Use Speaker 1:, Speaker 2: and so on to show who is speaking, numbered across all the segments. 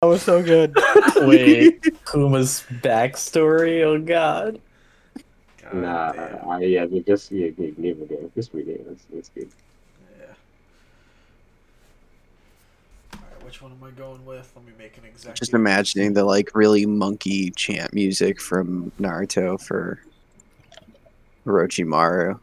Speaker 1: That was so good.
Speaker 2: Wait, Kuma's backstory? Oh god.
Speaker 3: God
Speaker 4: Nah,
Speaker 3: Oh, damn.
Speaker 4: I, yeah, we just yeah, give, give it a go. Just read it. That's, that's good.
Speaker 3: Yeah. Alright, which one am I going with? Let me make an exact.
Speaker 5: Just imagining the like really monkey chant music from Naruto for Orochimaru.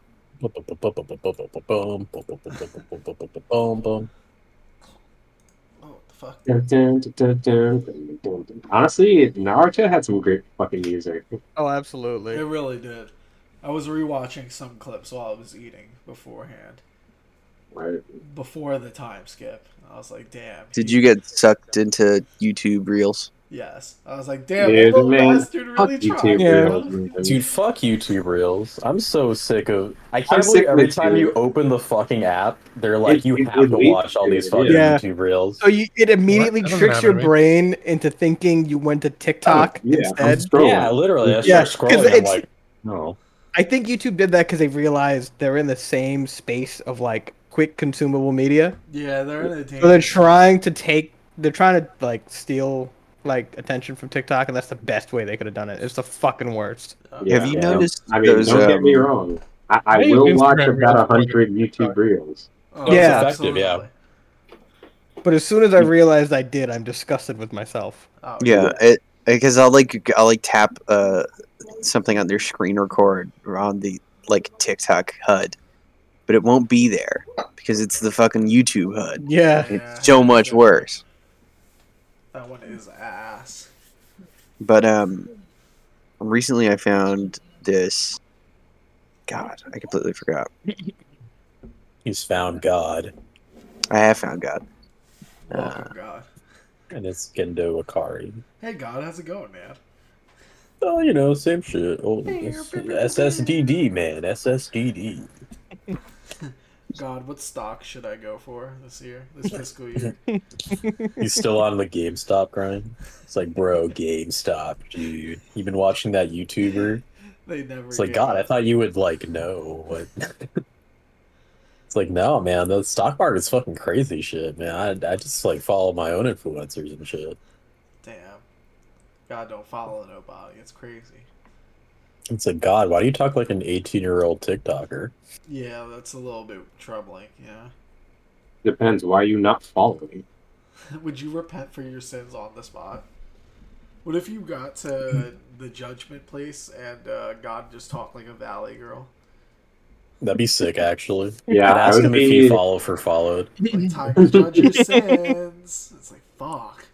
Speaker 3: Oh, what the fuck?
Speaker 4: Dun, dun, dun, dun, dun, dun, dun. Honestly, Naruto had some great fucking music.
Speaker 1: Oh,
Speaker 3: It
Speaker 1: absolutely.
Speaker 3: really did. I was rewatching some clips while I was eating beforehand,
Speaker 4: Right?
Speaker 3: before the time skip. I was like, damn.
Speaker 5: Did
Speaker 3: he-
Speaker 5: you get sucked into YouTube Reels?
Speaker 3: Yes. I was like, damn,
Speaker 4: Yeah,
Speaker 3: that little
Speaker 4: the man-
Speaker 3: bastard really
Speaker 4: Fuck
Speaker 3: tried.
Speaker 4: YouTube
Speaker 1: Yeah.
Speaker 4: Reels.
Speaker 2: Dude, fuck YouTube Reels. I'm so sick of. I can't
Speaker 4: I'm
Speaker 2: believe
Speaker 4: sick of
Speaker 2: every
Speaker 4: it,
Speaker 2: time
Speaker 4: too.
Speaker 2: you open the fucking app, they're like,
Speaker 4: It-
Speaker 2: you
Speaker 4: it-
Speaker 2: have
Speaker 4: it
Speaker 2: to
Speaker 4: leads
Speaker 2: watch all
Speaker 4: to
Speaker 2: these
Speaker 4: it,
Speaker 2: fucking
Speaker 1: yeah.
Speaker 2: YouTube Reels.
Speaker 1: So you, it immediately
Speaker 6: That doesn't
Speaker 1: tricks
Speaker 6: happen
Speaker 1: your
Speaker 6: to me.
Speaker 1: brain into thinking you went to TikTok
Speaker 4: yeah, I'm
Speaker 1: instead.
Speaker 4: scrolling.
Speaker 2: Yeah, literally. I
Speaker 1: Yeah,
Speaker 2: start
Speaker 1: 'cause
Speaker 2: scrolling. I'm
Speaker 1: it's-
Speaker 2: like, no.
Speaker 1: I think YouTube did that because they realized they're in the same space of like quick consumable media.
Speaker 3: Yeah, they're entertaining.
Speaker 1: So they're trying to take, they're trying to like steal like attention from TikTok, and that's the best way they could have done it. It's the fucking worst.
Speaker 3: Okay.
Speaker 4: Yeah.
Speaker 5: Have you
Speaker 2: Yeah.
Speaker 5: noticed
Speaker 4: I mean,
Speaker 5: those?
Speaker 4: don't get me
Speaker 5: um,
Speaker 4: wrong. I, I
Speaker 6: I use
Speaker 4: will
Speaker 6: Instagram
Speaker 4: watch about
Speaker 6: Reels
Speaker 4: a
Speaker 6: more than
Speaker 4: hundred YouTube
Speaker 6: TikTok.
Speaker 4: Reels.
Speaker 3: Oh,
Speaker 1: Yeah.
Speaker 2: Effective, yeah.
Speaker 3: absolutely.
Speaker 1: But as soon as I realized I did, I'm disgusted with myself.
Speaker 3: Oh,
Speaker 5: Yeah, it because I'll like I'll like tap uh something on their screen record or on the like TikTok HUD, but it won't be there because it's the fucking YouTube HUD.
Speaker 1: Yeah.
Speaker 3: Yeah.
Speaker 5: It's so much worse.
Speaker 3: That one is ass.
Speaker 5: But um, recently I found this. God, I completely forgot.
Speaker 2: He's found God,
Speaker 5: I have found God. Uh,
Speaker 3: Welcome, Oh, God.
Speaker 2: and it's Gendo Akari.
Speaker 3: Hey, God, how's it going, man?
Speaker 2: Oh, you know, same shit. Oh, it's- SSDD, man. SSDD.
Speaker 3: God, what stock should I go for this year, this fiscal year?
Speaker 2: He's still on the GameStop grind. It's like, bro, GameStop, dude. You've been watching that YouTuber.
Speaker 3: They never.
Speaker 2: It's like,
Speaker 3: get
Speaker 2: God, I
Speaker 3: it.
Speaker 2: thought you would like know what. it's like, no, man, the stock market's fucking crazy shit, man. I, I just like follow my own influencers and shit.
Speaker 3: Damn. God, don't follow nobody. It's crazy.
Speaker 2: It's like, God, why do you talk like an 18 year old TikToker?
Speaker 3: Yeah, that's a little bit troubling. Yeah.
Speaker 4: Depends. Why are you not following?
Speaker 3: Would you repent for your sins on the spot? What if you got to the judgment place and uh, God just talked like a valley girl,
Speaker 2: That'd be sick, actually.
Speaker 4: Yeah,
Speaker 2: I'd
Speaker 4: I
Speaker 2: ask
Speaker 4: would
Speaker 2: him if
Speaker 4: be.
Speaker 2: he follow for followed.
Speaker 3: like time to judge your sins? It's like fuck.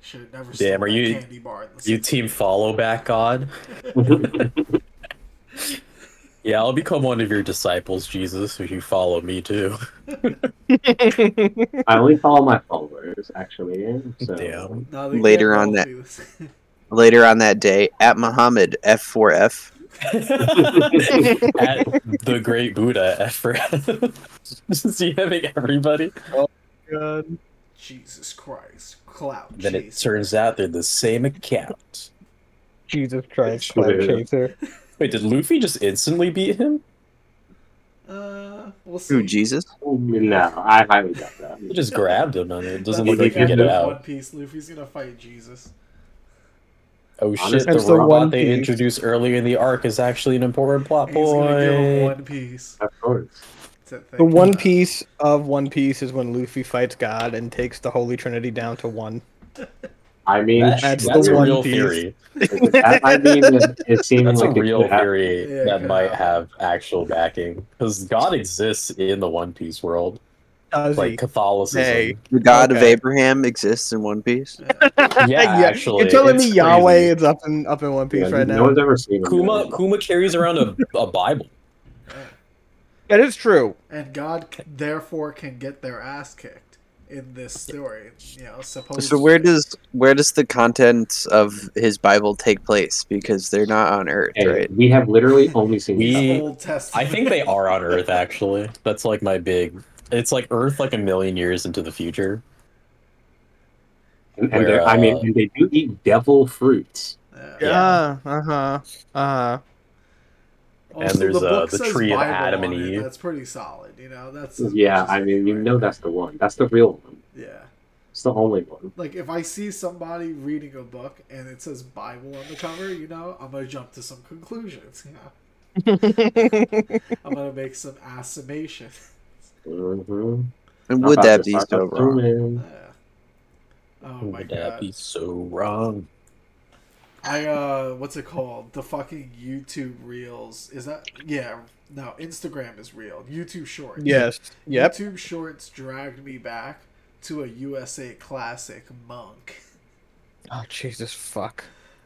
Speaker 3: Should have never
Speaker 2: Damn,
Speaker 3: stolen
Speaker 2: are
Speaker 3: that
Speaker 2: you-
Speaker 3: candy bar. In the
Speaker 2: You team follow back, God. Yeah, I'll become one of your disciples, Jesus, if you follow me too.
Speaker 4: I only follow my followers, actually. So.
Speaker 2: Damn.
Speaker 3: No, they
Speaker 5: Later
Speaker 3: can't
Speaker 5: on
Speaker 3: both
Speaker 5: that-
Speaker 3: do this.
Speaker 5: Later on that day, at Muhammad F4F,
Speaker 2: At the great Buddha effort. Just DMing everybody.
Speaker 1: God.
Speaker 3: Jesus Christ, clout.
Speaker 2: Then it
Speaker 3: chase.
Speaker 2: turns out they're the same account.
Speaker 1: Jesus Christ,
Speaker 4: Sure.
Speaker 1: Cloud Chaser.
Speaker 2: Wait, did Luffy just instantly beat him?
Speaker 3: Uh, we'll see.
Speaker 5: who Jesus?
Speaker 4: No, I highly doubt that.
Speaker 2: He just grabbed him and it doesn't
Speaker 3: That's
Speaker 2: look like he
Speaker 3: at
Speaker 2: can get
Speaker 3: the
Speaker 2: it
Speaker 3: One
Speaker 2: out.
Speaker 3: Piece. Luffy's gonna fight Jesus.
Speaker 2: Oh shit, the
Speaker 1: That's the One
Speaker 2: robot they
Speaker 1: Piece.
Speaker 2: introduced earlier in the arc is actually an important plot
Speaker 3: He's gonna give him
Speaker 2: point.
Speaker 3: one piece.
Speaker 4: Of course.
Speaker 3: to think
Speaker 1: The One
Speaker 3: about.
Speaker 1: Piece of One Piece is when Luffy fights God and takes the Holy Trinity down to one.
Speaker 4: I mean,
Speaker 2: That-
Speaker 1: That's
Speaker 2: That's,
Speaker 1: the
Speaker 2: a
Speaker 1: One
Speaker 2: real
Speaker 1: Piece.
Speaker 2: theory.
Speaker 4: that- I mean, it, it seemed
Speaker 2: That's a
Speaker 4: like it
Speaker 2: real
Speaker 4: could happen.
Speaker 2: theory
Speaker 3: Yeah, it
Speaker 2: that
Speaker 3: could
Speaker 2: might
Speaker 3: happen.
Speaker 2: have actual backing. Because God exists in the One Piece world.
Speaker 1: Does
Speaker 2: Like
Speaker 1: he?
Speaker 2: Catholicism.
Speaker 1: Hey.
Speaker 5: The God of
Speaker 1: Okay.
Speaker 5: Abraham exists in One Piece.
Speaker 2: Yeah, actually.
Speaker 1: You're telling
Speaker 2: it's
Speaker 1: me
Speaker 2: crazy.
Speaker 1: Yahweh is up in up in One Piece
Speaker 4: Yeah,
Speaker 1: right
Speaker 4: no
Speaker 1: now.
Speaker 4: one's ever seen him.
Speaker 2: Kuma Kuma carries around a, a Bible.
Speaker 1: That is true.
Speaker 3: and God c- therefore can get their ass kicked in this story. You know, supposedly.
Speaker 5: So where does where does the contents of his Bible take place? Because they're not on Earth,
Speaker 4: Hey,
Speaker 5: right?
Speaker 4: We have literally only seen.
Speaker 2: We-
Speaker 3: the Old
Speaker 2: I
Speaker 3: Testament?
Speaker 2: think they are on Earth actually. That's like my big it's like Earth like a million years into the future.
Speaker 4: and, and they're- I
Speaker 2: Where,
Speaker 4: mean,
Speaker 2: uh,
Speaker 4: and they do eat devil fruits.
Speaker 3: Yeah.
Speaker 2: Yeah.
Speaker 1: Uh huh. Uh huh.
Speaker 3: Also,
Speaker 2: And there's,
Speaker 3: Oh, the,
Speaker 2: uh,
Speaker 3: book
Speaker 2: the
Speaker 3: says
Speaker 2: tree of
Speaker 3: Bible
Speaker 2: Adam
Speaker 3: on
Speaker 2: and
Speaker 3: it.
Speaker 2: Eve.
Speaker 3: That's pretty solid. You know, that's
Speaker 4: Yeah, I mean, you know that's the one. That's the real one.
Speaker 3: Yeah,
Speaker 4: It's the only one.
Speaker 3: Like if I see somebody reading a book and it says Bible on the cover, you know, I'm gonna jump to some conclusions. You know, I'm gonna make some assumption.
Speaker 4: Mm-hmm.
Speaker 5: And would that be so wrong?
Speaker 3: Uh, oh my
Speaker 2: Would that
Speaker 3: god!
Speaker 2: be so wrong?
Speaker 3: I uh, what's it called? The fucking YouTube Reels is that? Yeah, no, Instagram is real. YouTube Shorts.
Speaker 1: yes. Yep.
Speaker 3: YouTube Shorts dragged me back to a USA Classic Monk.
Speaker 1: Oh Jesus fuck.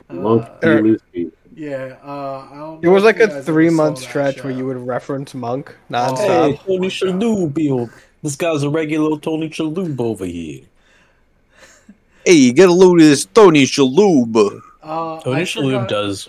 Speaker 4: Monk
Speaker 3: Uh,
Speaker 4: D.
Speaker 1: Er-
Speaker 4: Lucy.
Speaker 3: Yeah, uh, I don't.
Speaker 1: It
Speaker 3: know
Speaker 1: was
Speaker 3: if
Speaker 1: like
Speaker 3: you
Speaker 1: a
Speaker 3: guys ever
Speaker 1: three month
Speaker 3: saw that
Speaker 1: stretch where
Speaker 3: show.
Speaker 1: you would reference Monk
Speaker 3: Stop.
Speaker 1: nonstop.
Speaker 2: Hey, Tony Shalhoub. This guy's a regular Tony Shalhoub over here.
Speaker 5: Hey, you get a load of this Tony Shalhoub.
Speaker 3: Uh,
Speaker 2: Tony
Speaker 3: I
Speaker 2: Shalhoub
Speaker 3: forgot
Speaker 2: does.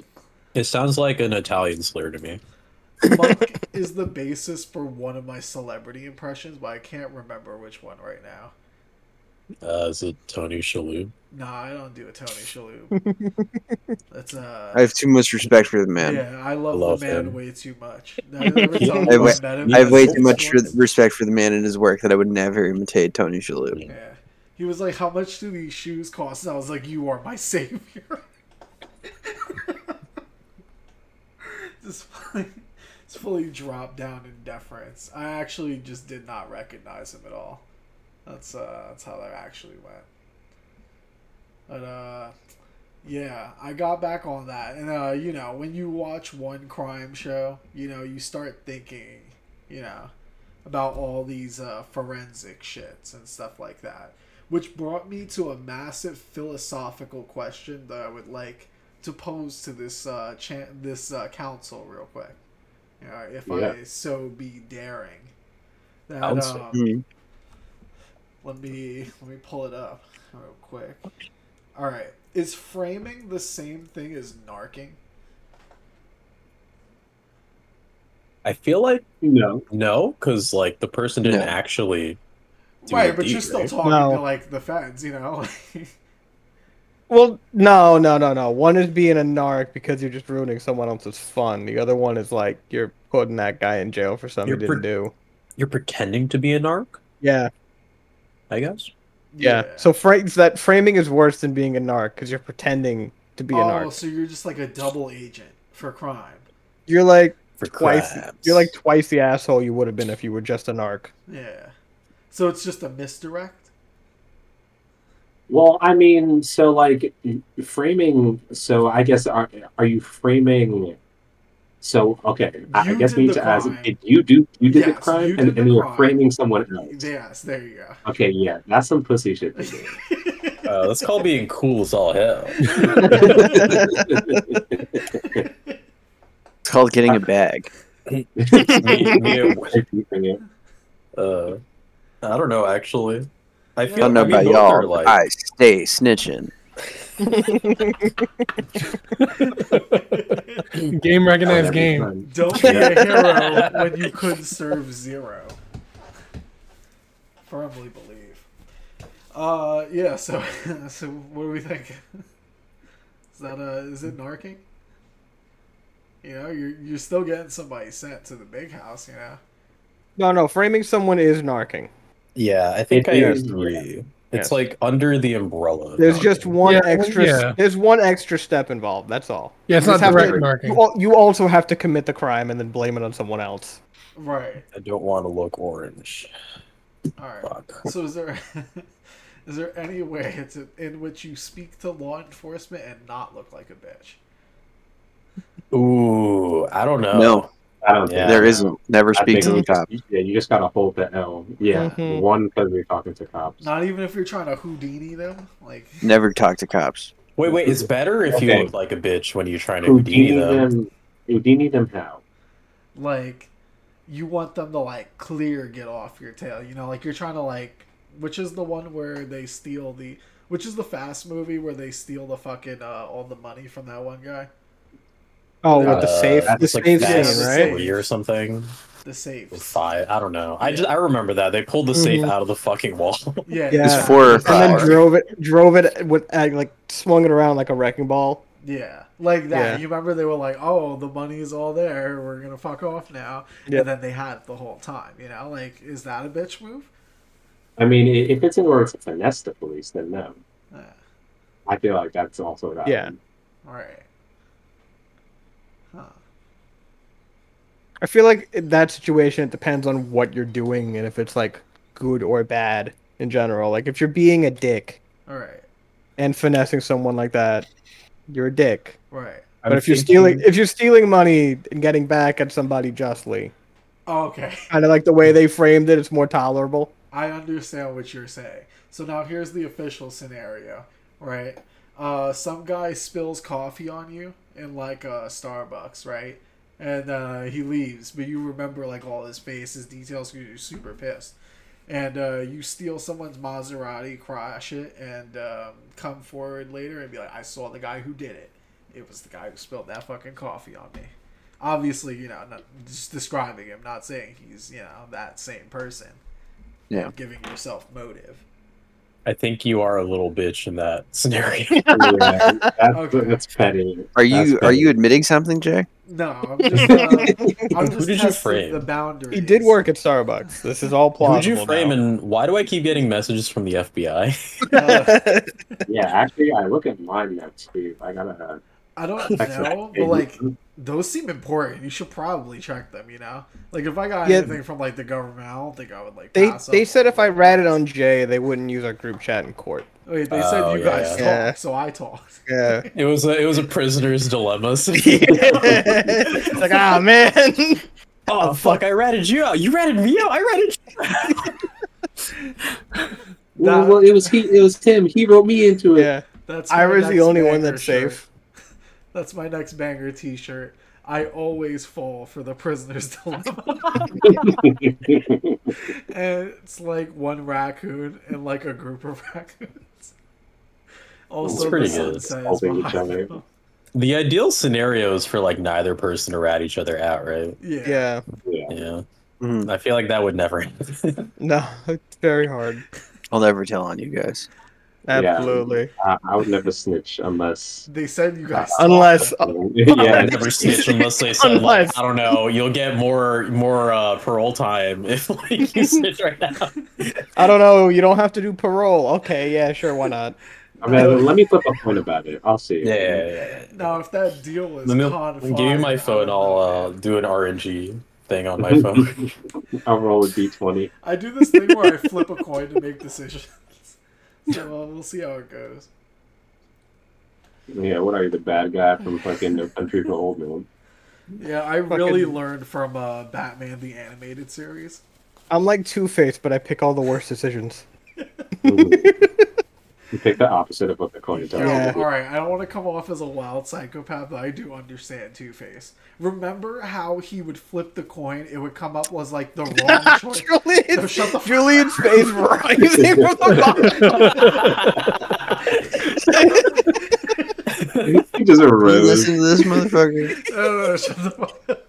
Speaker 2: It sounds like an Italian slur to me.
Speaker 3: Monk is the basis for one of my celebrity impressions, but I can't remember which one right now.
Speaker 2: Uh, is it Tony Shalhoub?
Speaker 3: Nah, I don't do a Tony Shalhoub. That's uh.
Speaker 5: I have too much respect for the man.
Speaker 3: Yeah, I love,
Speaker 2: Love
Speaker 3: the man
Speaker 2: him.
Speaker 3: way too much. I, never
Speaker 2: Yeah.
Speaker 3: saw him
Speaker 5: I
Speaker 3: when
Speaker 5: wa-
Speaker 3: met him.
Speaker 5: I have way too
Speaker 3: Yeah.
Speaker 5: much re- respect for the man and his work that I would never imitate Tony Shalhoub.
Speaker 3: Yeah. He was like, "How much do these shoes cost?" And I was like, "You are my savior." just fully, just fully dropped down in deference. I actually just did not recognize him at all. That's uh, that's how that actually went. But uh, yeah, I got back on that, and uh, you know, when you watch one crime show, you know, you start thinking, you know, about all these uh, forensic shits and stuff like that, which brought me to a massive philosophical question that I would like to pose to this uh, chan this uh, council real quick, you know, if I
Speaker 4: Yeah.
Speaker 3: so be daring. That,
Speaker 2: Council.
Speaker 3: um,
Speaker 5: Mhm.
Speaker 3: let me let me pull it up real quick. All right, is framing the same thing as narking?
Speaker 2: I feel like
Speaker 4: No.
Speaker 2: no, because like the person didn't
Speaker 5: No.
Speaker 2: actually. Do
Speaker 3: right,
Speaker 2: the
Speaker 3: but
Speaker 2: deed,
Speaker 3: you're still
Speaker 2: right?
Speaker 3: talking
Speaker 1: No.
Speaker 3: to like the feds, you know.
Speaker 1: Well, no, no, no, no. One is being a narc because you're just ruining someone else's fun. The other one is like you're putting that guy in jail for something
Speaker 2: You're
Speaker 1: he
Speaker 2: pre-
Speaker 1: didn't do.
Speaker 2: You're pretending to be a narc,
Speaker 1: Yeah,
Speaker 2: I guess.
Speaker 1: yeah. So fra- that framing is worse than being a narc because you're pretending to be
Speaker 3: oh,
Speaker 1: a narc.
Speaker 3: so you're just like a double agent for crime.
Speaker 1: You're like
Speaker 2: For
Speaker 1: twice.
Speaker 2: crabs.
Speaker 1: You're like twice the asshole you would have been if you were just a narc.
Speaker 3: Yeah. So it's just a misdirect.
Speaker 4: Well, I mean, so like framing. So I guess are are you framing? So okay, I
Speaker 3: You
Speaker 4: I guess we
Speaker 3: did
Speaker 4: need
Speaker 3: the
Speaker 4: to ask:
Speaker 3: crime.
Speaker 4: Did you do you did the
Speaker 3: Yes,
Speaker 4: crime,
Speaker 3: you did
Speaker 4: and,
Speaker 3: the
Speaker 4: and you're
Speaker 3: crime.
Speaker 4: framing someone else?
Speaker 3: Yes, there you go.
Speaker 4: Okay, yeah, that's some pussy shit. to do.
Speaker 2: Uh, that's called being cool as all hell.
Speaker 5: It's called getting a bag.
Speaker 2: Me- me at work,
Speaker 4: That's
Speaker 2: uh, I don't know. Actually, I feel
Speaker 5: I don't know
Speaker 2: I mean,
Speaker 5: about
Speaker 2: both are,
Speaker 5: y'all.
Speaker 2: like-
Speaker 5: but I stay snitching.
Speaker 1: Oh,
Speaker 6: Game recognized game.
Speaker 3: Don't be a hero when you could serve zero. Firmly believe. Uh, yeah. So, so what do we think? Is that uh, is it narking? You know, you're you're still getting somebody sent to the big house. You know.
Speaker 1: No, no. Framing someone is narcing.
Speaker 2: yeah, I think
Speaker 4: It
Speaker 2: I
Speaker 4: is,
Speaker 2: agree. It's
Speaker 1: Yes.
Speaker 2: like under the umbrella. of
Speaker 1: There's
Speaker 2: narc.
Speaker 1: just one
Speaker 6: Yeah, well,
Speaker 1: extra.
Speaker 6: yeah.
Speaker 1: There's one extra step involved. That's all.
Speaker 6: Yeah, it's
Speaker 1: You
Speaker 6: not
Speaker 1: just have
Speaker 6: direct
Speaker 1: to- You,
Speaker 6: narking.
Speaker 1: al- you also have to commit the crime and then blame it on someone else.
Speaker 3: Right.
Speaker 2: I don't want to look orange.
Speaker 3: All right.
Speaker 2: Fuck.
Speaker 3: So is there is there any way to, in which you speak to law enforcement and not look like a bitch?
Speaker 2: Ooh, I don't know.
Speaker 5: No,
Speaker 4: I
Speaker 2: Oh,
Speaker 4: don't
Speaker 2: Yeah.
Speaker 4: think
Speaker 5: there isn't. Never
Speaker 4: I
Speaker 5: speak
Speaker 4: think
Speaker 5: to the
Speaker 4: you
Speaker 5: cop.
Speaker 4: just, yeah, you just gotta hold the L. Yeah,
Speaker 1: Mhm.
Speaker 4: one because we're talking to cops.
Speaker 3: Mm-hmm. Not even if you're trying to Houdini them. Like
Speaker 5: Never talk to cops.
Speaker 2: Wait, wait. It's better if you
Speaker 4: Okay.
Speaker 2: look like a bitch when you're trying to
Speaker 4: Houdini
Speaker 2: Houdini them.
Speaker 4: them. Houdini them how?
Speaker 3: like you want them to like clear get off your tail. You know, like you're trying to like which is the one where they steal the which is the fast movie where they steal the fucking uh, all the money from that one guy.
Speaker 1: Oh,
Speaker 3: with
Speaker 1: with
Speaker 3: the
Speaker 1: the
Speaker 2: Uh,
Speaker 1: safe, the
Speaker 2: that's
Speaker 1: safe
Speaker 3: fast
Speaker 1: scene,
Speaker 3: and
Speaker 1: right?
Speaker 2: three or something.
Speaker 3: The safe.
Speaker 2: Or Five. I don't know. I just I remember that they pulled the safe
Speaker 1: Mhm.
Speaker 2: out of the fucking wall.
Speaker 3: Yeah.
Speaker 1: Yeah.
Speaker 5: It's four or
Speaker 1: And then
Speaker 5: five.
Speaker 1: drove it, drove it with uh, like swung it around like a wrecking ball.
Speaker 3: Yeah, like that.
Speaker 1: Yeah.
Speaker 3: You remember they were like, "Oh, the money is all there. We're gonna fuck off now,"
Speaker 1: Yeah.
Speaker 3: and then they had it the whole time. You know, like is that a bitch move?
Speaker 4: I mean, i- if it's in order to finesse the police, then no.
Speaker 3: Yeah.
Speaker 4: I feel like that's also what
Speaker 1: Yeah.
Speaker 4: happened.
Speaker 3: Right. Huh.
Speaker 1: I feel like in that situation, it depends on what you're doing and if it's like good or bad in general. Like if you're being a dick
Speaker 3: Alright.
Speaker 1: and finessing someone like that, you're a dick.
Speaker 3: Right.
Speaker 1: but if you're stealing, if you're stealing money and getting back at somebody justly,
Speaker 3: Oh, okay.
Speaker 1: kind of like the way they framed it, it's more tolerable.
Speaker 3: I understand what you're saying. So now here's the official scenario, right? Uh, some guy spills coffee on you in like a Starbucks, right? And uh, he leaves, but you remember like all his face, his details, 'cause you're super pissed. And uh, you steal someone's Maserati, crash it, and um, come forward later and be like, "I saw the guy who did it. It was the guy who spilled that fucking coffee on me." Obviously, you know, not, just describing him, not saying he's you know that same person
Speaker 5: Yeah.
Speaker 3: giving yourself motive.
Speaker 2: I think you are a little bitch in that scenario.
Speaker 4: Yeah, that's,
Speaker 3: Okay.
Speaker 4: that's petty.
Speaker 5: Are you
Speaker 2: That's
Speaker 5: are
Speaker 2: petty.
Speaker 5: you admitting something, Jay?
Speaker 3: No, I'm just, uh, I'm just
Speaker 2: Who did you
Speaker 3: testing
Speaker 2: frame?
Speaker 3: the boundaries.
Speaker 1: He did work at Starbucks. This is all plausible.
Speaker 2: Who'd you frame
Speaker 1: now.
Speaker 2: and why do I keep getting messages from the FBI?
Speaker 3: Uh,
Speaker 4: Yeah, actually, I look at mine now too. I gotta. uh,
Speaker 3: I don't know, but like those seem important. You should probably check them. You know, like if I got
Speaker 1: Yeah.
Speaker 3: anything from like the government, I don't think I would like.
Speaker 1: They
Speaker 3: pass up
Speaker 1: they said if I ratted
Speaker 3: things.
Speaker 1: on Jay, they wouldn't use our group chat in court.
Speaker 3: Wait, they said
Speaker 2: Oh,
Speaker 3: you
Speaker 2: yeah,
Speaker 3: guys
Speaker 2: yeah.
Speaker 3: talked,
Speaker 1: Yeah.
Speaker 3: so I talked.
Speaker 1: Yeah.
Speaker 2: It was a, it was a prisoner's dilemma.
Speaker 1: it's like, ah, man.
Speaker 2: oh fuck! I ratted you out. You ratted me out. I ratted. You.
Speaker 4: Well,
Speaker 3: Nah.
Speaker 4: well, it was he. It was Tim. He wrote me into it.
Speaker 1: Yeah.
Speaker 3: That's my
Speaker 1: Ira's the
Speaker 3: next
Speaker 1: only one
Speaker 3: banger
Speaker 1: that's
Speaker 3: shirt.
Speaker 1: safe.
Speaker 3: That's my next banger T-shirt. I always fall for the prisoner's dilemma. and it's like one raccoon and like a group of raccoons. Also,
Speaker 2: That's pretty
Speaker 3: the
Speaker 2: good.
Speaker 3: sunset is
Speaker 4: Helping each
Speaker 3: behind
Speaker 4: other.
Speaker 3: them.
Speaker 2: The ideal scenario is for like neither person to rat each other out, right?
Speaker 3: Yeah.
Speaker 1: Yeah.
Speaker 4: Yeah.
Speaker 2: Yeah.
Speaker 5: Mhm.
Speaker 2: I feel like that would never happen.
Speaker 1: No, it's very hard.
Speaker 5: I'll never tell on you guys.
Speaker 4: Yeah.
Speaker 1: Absolutely.
Speaker 4: I, I would never snitch unless.
Speaker 3: They said you guys.
Speaker 2: Uh,
Speaker 1: Unless uh,
Speaker 4: yeah,
Speaker 2: I never snitch unless they said
Speaker 1: Unless-
Speaker 2: like I don't know. You'll get more more uh, parole time if like you snitch right now.
Speaker 1: I don't know, you don't have to do parole. Okay, yeah, sure, why not?
Speaker 4: I mean, let me flip a coin about it. I'll see.
Speaker 2: Yeah, yeah, yeah. yeah.
Speaker 3: now, if that deal was
Speaker 2: Let me
Speaker 3: codified,
Speaker 2: give me my
Speaker 3: I
Speaker 2: phone.
Speaker 3: don't
Speaker 2: I'll
Speaker 3: know,
Speaker 2: uh,
Speaker 3: man.
Speaker 2: do an RNG thing on my phone.
Speaker 4: I'll roll a d20.
Speaker 3: I do this thing where I flip a coin to make decisions. so uh, we'll see how it goes.
Speaker 4: Yeah, what are you, the bad guy from fucking No Country for Old Men?
Speaker 3: Yeah, I really
Speaker 1: Fucking-
Speaker 3: learned from uh, Batman the animated series.
Speaker 1: I'm like Two Face, but I pick all the worst decisions.
Speaker 4: you pick the opposite of what the coin
Speaker 3: Yo,
Speaker 4: tells
Speaker 1: Yeah.
Speaker 4: you.
Speaker 3: all right. I don't want to come off as a wild psychopath, but I do understand Two Face. Remember how he would flip the coin? It would come up was like the wrong choice. No,
Speaker 1: Julian's,
Speaker 3: shut the fuck
Speaker 1: Julian's face rising from the bottom.
Speaker 4: He just
Speaker 5: You
Speaker 4: arose.
Speaker 5: listen to this motherfucker.
Speaker 3: no, no, shut the fuck up.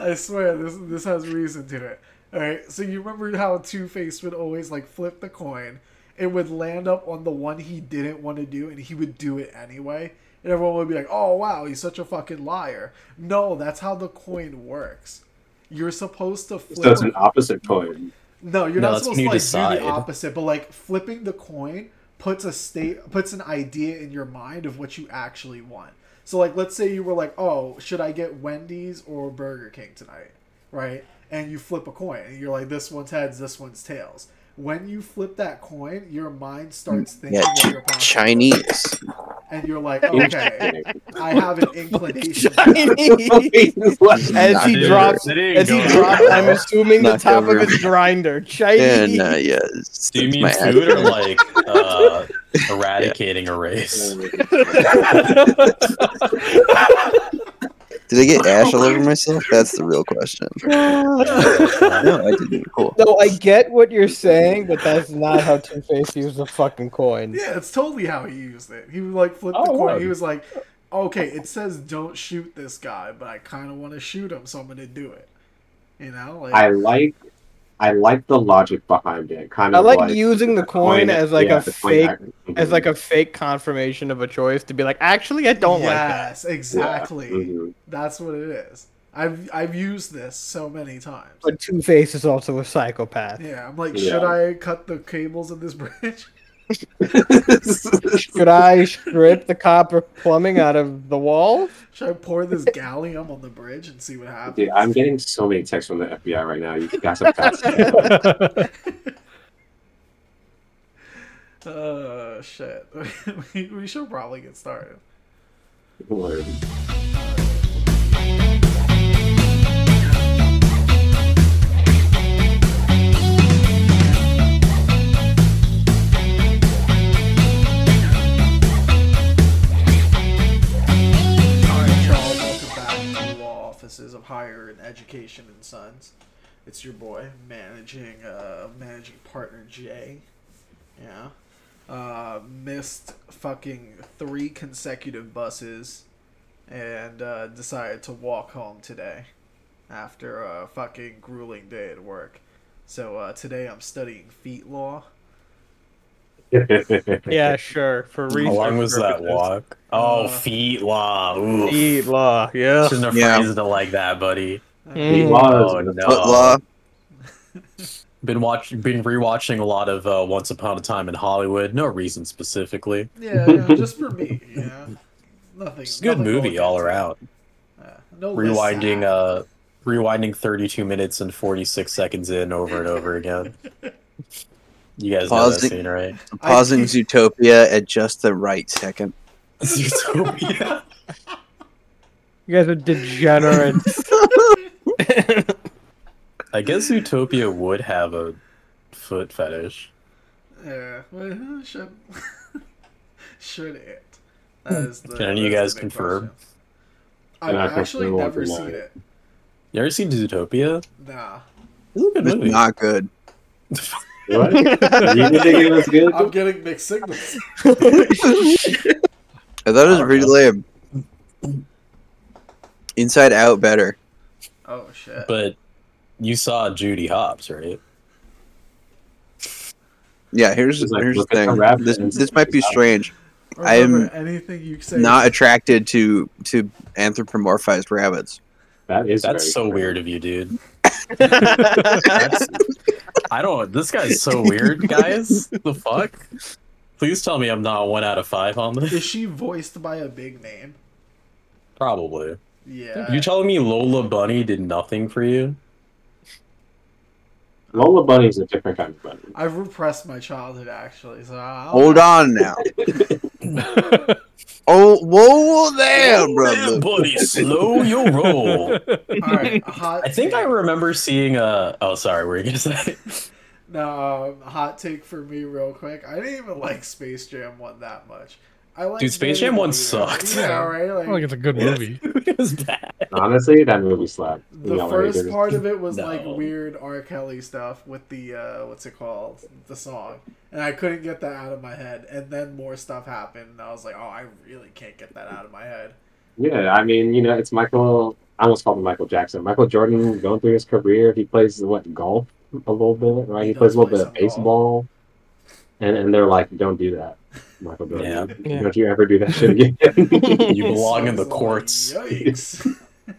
Speaker 3: I swear this this has reason to it. All right, so you remember how Two Face would always like flip the coin? It would land up on the one he didn't want to do, and he would do it anyway. And everyone would be like, "Oh wow, he's such a fucking liar." No, that's how the coin works. You're supposed to flip.
Speaker 4: So it's an opposite coin.
Speaker 3: No, you're
Speaker 2: No,
Speaker 3: not
Speaker 2: that's when
Speaker 3: supposed to
Speaker 2: you
Speaker 3: like do
Speaker 2: decide.
Speaker 3: the opposite, but like flipping the coin puts a state puts an idea in your mind of what you actually want. So like let's say you were like, "Oh, should I get Wendy's or Burger King tonight?" Right? And you flip a coin and you're like, "This one's heads, this one's tails." When you flip that coin, your mind starts thinking
Speaker 5: Yeah,
Speaker 3: of your possible-
Speaker 5: Chinese.
Speaker 3: and you're like, "Okay, I have an inclination."
Speaker 1: As he
Speaker 2: Dude,
Speaker 1: drops,
Speaker 2: they didn't
Speaker 1: as he
Speaker 2: go
Speaker 1: drops,
Speaker 2: there.
Speaker 1: I'm assuming the
Speaker 5: Knocked
Speaker 1: top of
Speaker 5: over.
Speaker 1: his grinder.
Speaker 5: Yeah,
Speaker 1: Chinese.
Speaker 5: no, yeah. it's-
Speaker 2: Do you
Speaker 5: it's
Speaker 2: mean
Speaker 5: my
Speaker 2: food or
Speaker 5: accent.
Speaker 2: like uh, eradicating a race?
Speaker 5: Did I get ash all over myself? That's the real question. No, I didn't. Cool.
Speaker 1: No, I get what you're saying, but that's not how Two Face used the fucking coin.
Speaker 3: Yeah, it's totally how he used it. He would like flip the
Speaker 2: Oh,
Speaker 3: coin.
Speaker 2: wow.
Speaker 3: He was like, "Okay, it says don't shoot this guy, but I kind of want to shoot him, so I'm gonna do it." You know, like
Speaker 4: I like I like the logic behind it. Kind
Speaker 1: I
Speaker 4: of
Speaker 1: like using the coin as like
Speaker 4: yeah,
Speaker 1: a
Speaker 4: the coin
Speaker 1: fake,
Speaker 4: act- mhm.
Speaker 1: as like a fake confirmation of a choice to be like, actually, I don't like that.
Speaker 3: yes, exactly.
Speaker 4: Mhm.
Speaker 3: That's what it is. I've I've used this so many times.
Speaker 1: But Two Face is also a psychopath.
Speaker 3: Yeah, I'm like,
Speaker 4: Yeah.
Speaker 3: should I cut the cables of this bridge?
Speaker 1: Should I strip the copper plumbing out of the walls?
Speaker 3: Should I pour this gallium on the bridge and see what happens?
Speaker 4: Dude, I'm getting so many texts from the FBI right now. You guys are fast.
Speaker 3: Uh, shit. we, we should probably get started. All right, y'all. Welcome back to the Law Offices of Higher and Education and Sons. It's your boy, managing uh, managing partner Jay. Yeah. Uh, missed fucking three consecutive buses, and uh, decided to walk home today, after a fucking grueling day at work. So uh, today I'm studying feet law.
Speaker 1: Yeah, sure. For research
Speaker 2: How long was that
Speaker 1: purposes.
Speaker 2: walk? Oh,
Speaker 3: Uh,
Speaker 2: feet law. Ooh.
Speaker 1: Eat law. Yeah.
Speaker 2: Shouldn't have
Speaker 5: Yeah.
Speaker 2: phrased it like that, buddy.
Speaker 1: Mm.
Speaker 2: Oh no.
Speaker 5: Foot law.
Speaker 2: Been watching, been rewatching a lot of uh, Once Upon a Time in Hollywood. No reason specifically.
Speaker 3: Yeah, yeah, just for me. Yeah, nothing.
Speaker 2: It's a good
Speaker 3: nothing
Speaker 2: movie
Speaker 3: going
Speaker 2: all
Speaker 3: into it.
Speaker 2: around.
Speaker 3: Yeah, no lists
Speaker 2: Rewinding,
Speaker 3: to
Speaker 2: uh, rewinding 32 minutes and 46 seconds in over and over again. You guys know that
Speaker 5: Pausing.
Speaker 2: scene, right?
Speaker 5: Pausing
Speaker 3: I-
Speaker 5: Zootopia at just the right second.
Speaker 2: Zootopia.
Speaker 1: You guys are degenerates.
Speaker 2: I guess Zootopia would have a foot fetish.
Speaker 3: add. Yeah, well, should should it? That is the,
Speaker 2: Can you
Speaker 3: that's
Speaker 2: guys
Speaker 3: the big
Speaker 2: confirm?
Speaker 3: question. I've
Speaker 4: Yeah, I confirm
Speaker 3: actually
Speaker 4: all
Speaker 3: never
Speaker 4: the
Speaker 3: seen
Speaker 4: lie.
Speaker 3: it.
Speaker 2: You ever seen Zootopia?
Speaker 3: Nah,
Speaker 2: It's a good
Speaker 5: It's
Speaker 2: movie.
Speaker 5: not good.
Speaker 4: What? You didn't think it was good?
Speaker 3: I'm getting mixed signals.
Speaker 5: I thought it was
Speaker 4: Oh,
Speaker 2: don't
Speaker 5: pretty
Speaker 2: know.
Speaker 5: lame. Inside Out better.
Speaker 3: Oh shit!
Speaker 2: But you saw Judy Hopps, right?
Speaker 5: Yeah, here's
Speaker 4: It's like,
Speaker 5: here's the
Speaker 4: look at the
Speaker 5: thing.
Speaker 4: rabbit
Speaker 5: this
Speaker 4: and-
Speaker 5: this might be strange. I am
Speaker 3: Remember, anything you say.
Speaker 5: Not attracted to to anthropomorphized rabbits.
Speaker 4: That is
Speaker 2: That's so
Speaker 4: very strange.
Speaker 2: weird of you, dude. That's- I don't. This guy's so weird, guys. The fuck? Please tell me I'm not one out of five on this.
Speaker 3: is she voiced by a big name?
Speaker 2: Probably.
Speaker 3: Yeah.
Speaker 2: You telling me Lola Bunny did nothing for you?
Speaker 4: Lola Bunny is a different kind of bunny.
Speaker 3: I've repressed my childhood actually, so I'll,
Speaker 5: Hold on now. Oh, whoa, whoa there, brother.
Speaker 2: buddy, slow your roll.
Speaker 3: All right, a hot
Speaker 2: I think I
Speaker 3: take.
Speaker 2: remember seeing a. Oh, sorry, what were you gonna say?
Speaker 3: No, um, hot take for me, real quick. I didn't even like Space Jam One that much. I like
Speaker 2: Dude, Space Jam 1 sucked.
Speaker 3: Yeah, right.
Speaker 6: I
Speaker 3: Like,
Speaker 6: don't think it's a good movie.
Speaker 2: it was bad.
Speaker 4: Honestly, that movie slapped.
Speaker 3: the
Speaker 4: You know,
Speaker 3: first
Speaker 4: like,
Speaker 3: part of it was
Speaker 2: No.
Speaker 3: like weird R. Kelly stuff with the uh, what's it called, the song, and I couldn't get that out of my head. And then more stuff happened, and I was like, oh, I really can't get that out of my head.
Speaker 4: Yeah, I mean, you know, it's Michael. I almost called him Michael Jackson. Michael Jordan going through his career. He plays what golf a little bit, right?
Speaker 3: He
Speaker 4: He, plays
Speaker 3: does
Speaker 4: a little
Speaker 3: play
Speaker 4: bit of
Speaker 3: some golf.
Speaker 4: baseball, and and they're like, "Don't do that, Michael Jordan.
Speaker 1: Yeah.
Speaker 4: Don't you ever do that shit again."
Speaker 2: You belong
Speaker 3: So
Speaker 2: in the
Speaker 3: it's like,
Speaker 2: courts.
Speaker 3: Yikes!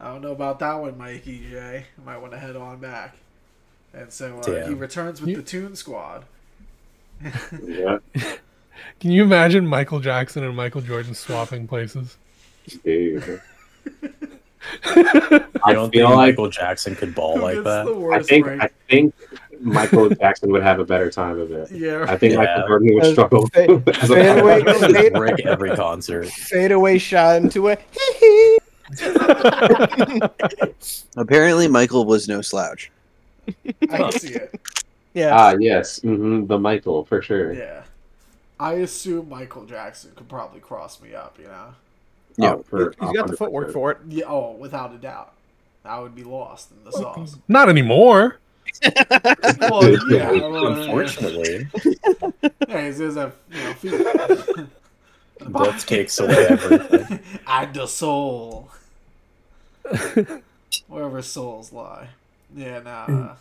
Speaker 3: I don't know about that one, Mikey J. I might want to head on back. And so uh, he
Speaker 2: Damn.
Speaker 3: returns with
Speaker 6: You-
Speaker 3: the Toon Squad.
Speaker 4: yeah,
Speaker 6: Can you imagine Michael Jackson and Michael Jordan swapping places?
Speaker 4: dude.
Speaker 2: I
Speaker 4: I
Speaker 2: don't think
Speaker 4: feel like
Speaker 2: Michael Jackson could ball
Speaker 3: Who
Speaker 2: like
Speaker 3: gets
Speaker 2: that.
Speaker 3: the
Speaker 4: I
Speaker 3: worst
Speaker 4: think
Speaker 3: rank?
Speaker 4: I think Michael Jackson would have a better time of it.
Speaker 3: Yeah,
Speaker 4: I think
Speaker 2: Yeah.
Speaker 4: Michael Jordan would
Speaker 1: Uh,
Speaker 4: struggle.
Speaker 1: fa-
Speaker 4: as a-
Speaker 1: fan wait,
Speaker 2: Just
Speaker 1: wait.
Speaker 2: break every concert.
Speaker 1: Fade away shot into a hee hee.
Speaker 5: Apparently, Michael was no slouch.
Speaker 3: I can see it.
Speaker 1: Yeah.
Speaker 4: Ah, yes, hmm the Michael for sure.
Speaker 3: Yeah. I assume Michael Jackson could probably cross me up, you know?
Speaker 5: Yeah.
Speaker 4: Oh, for-
Speaker 1: He's
Speaker 4: oh,
Speaker 1: got the
Speaker 4: 100%.
Speaker 1: footwork for it.
Speaker 3: Yeah, oh, without a doubt. I would be lost in the sauce.
Speaker 6: Not anymore.
Speaker 3: well, yeah. I don't know.
Speaker 2: Unfortunately,
Speaker 3: Yeah, he's he's a, you know, female.
Speaker 2: death takes away everything.
Speaker 3: And the soul. Wherever souls lie. Yeah, nah. uh,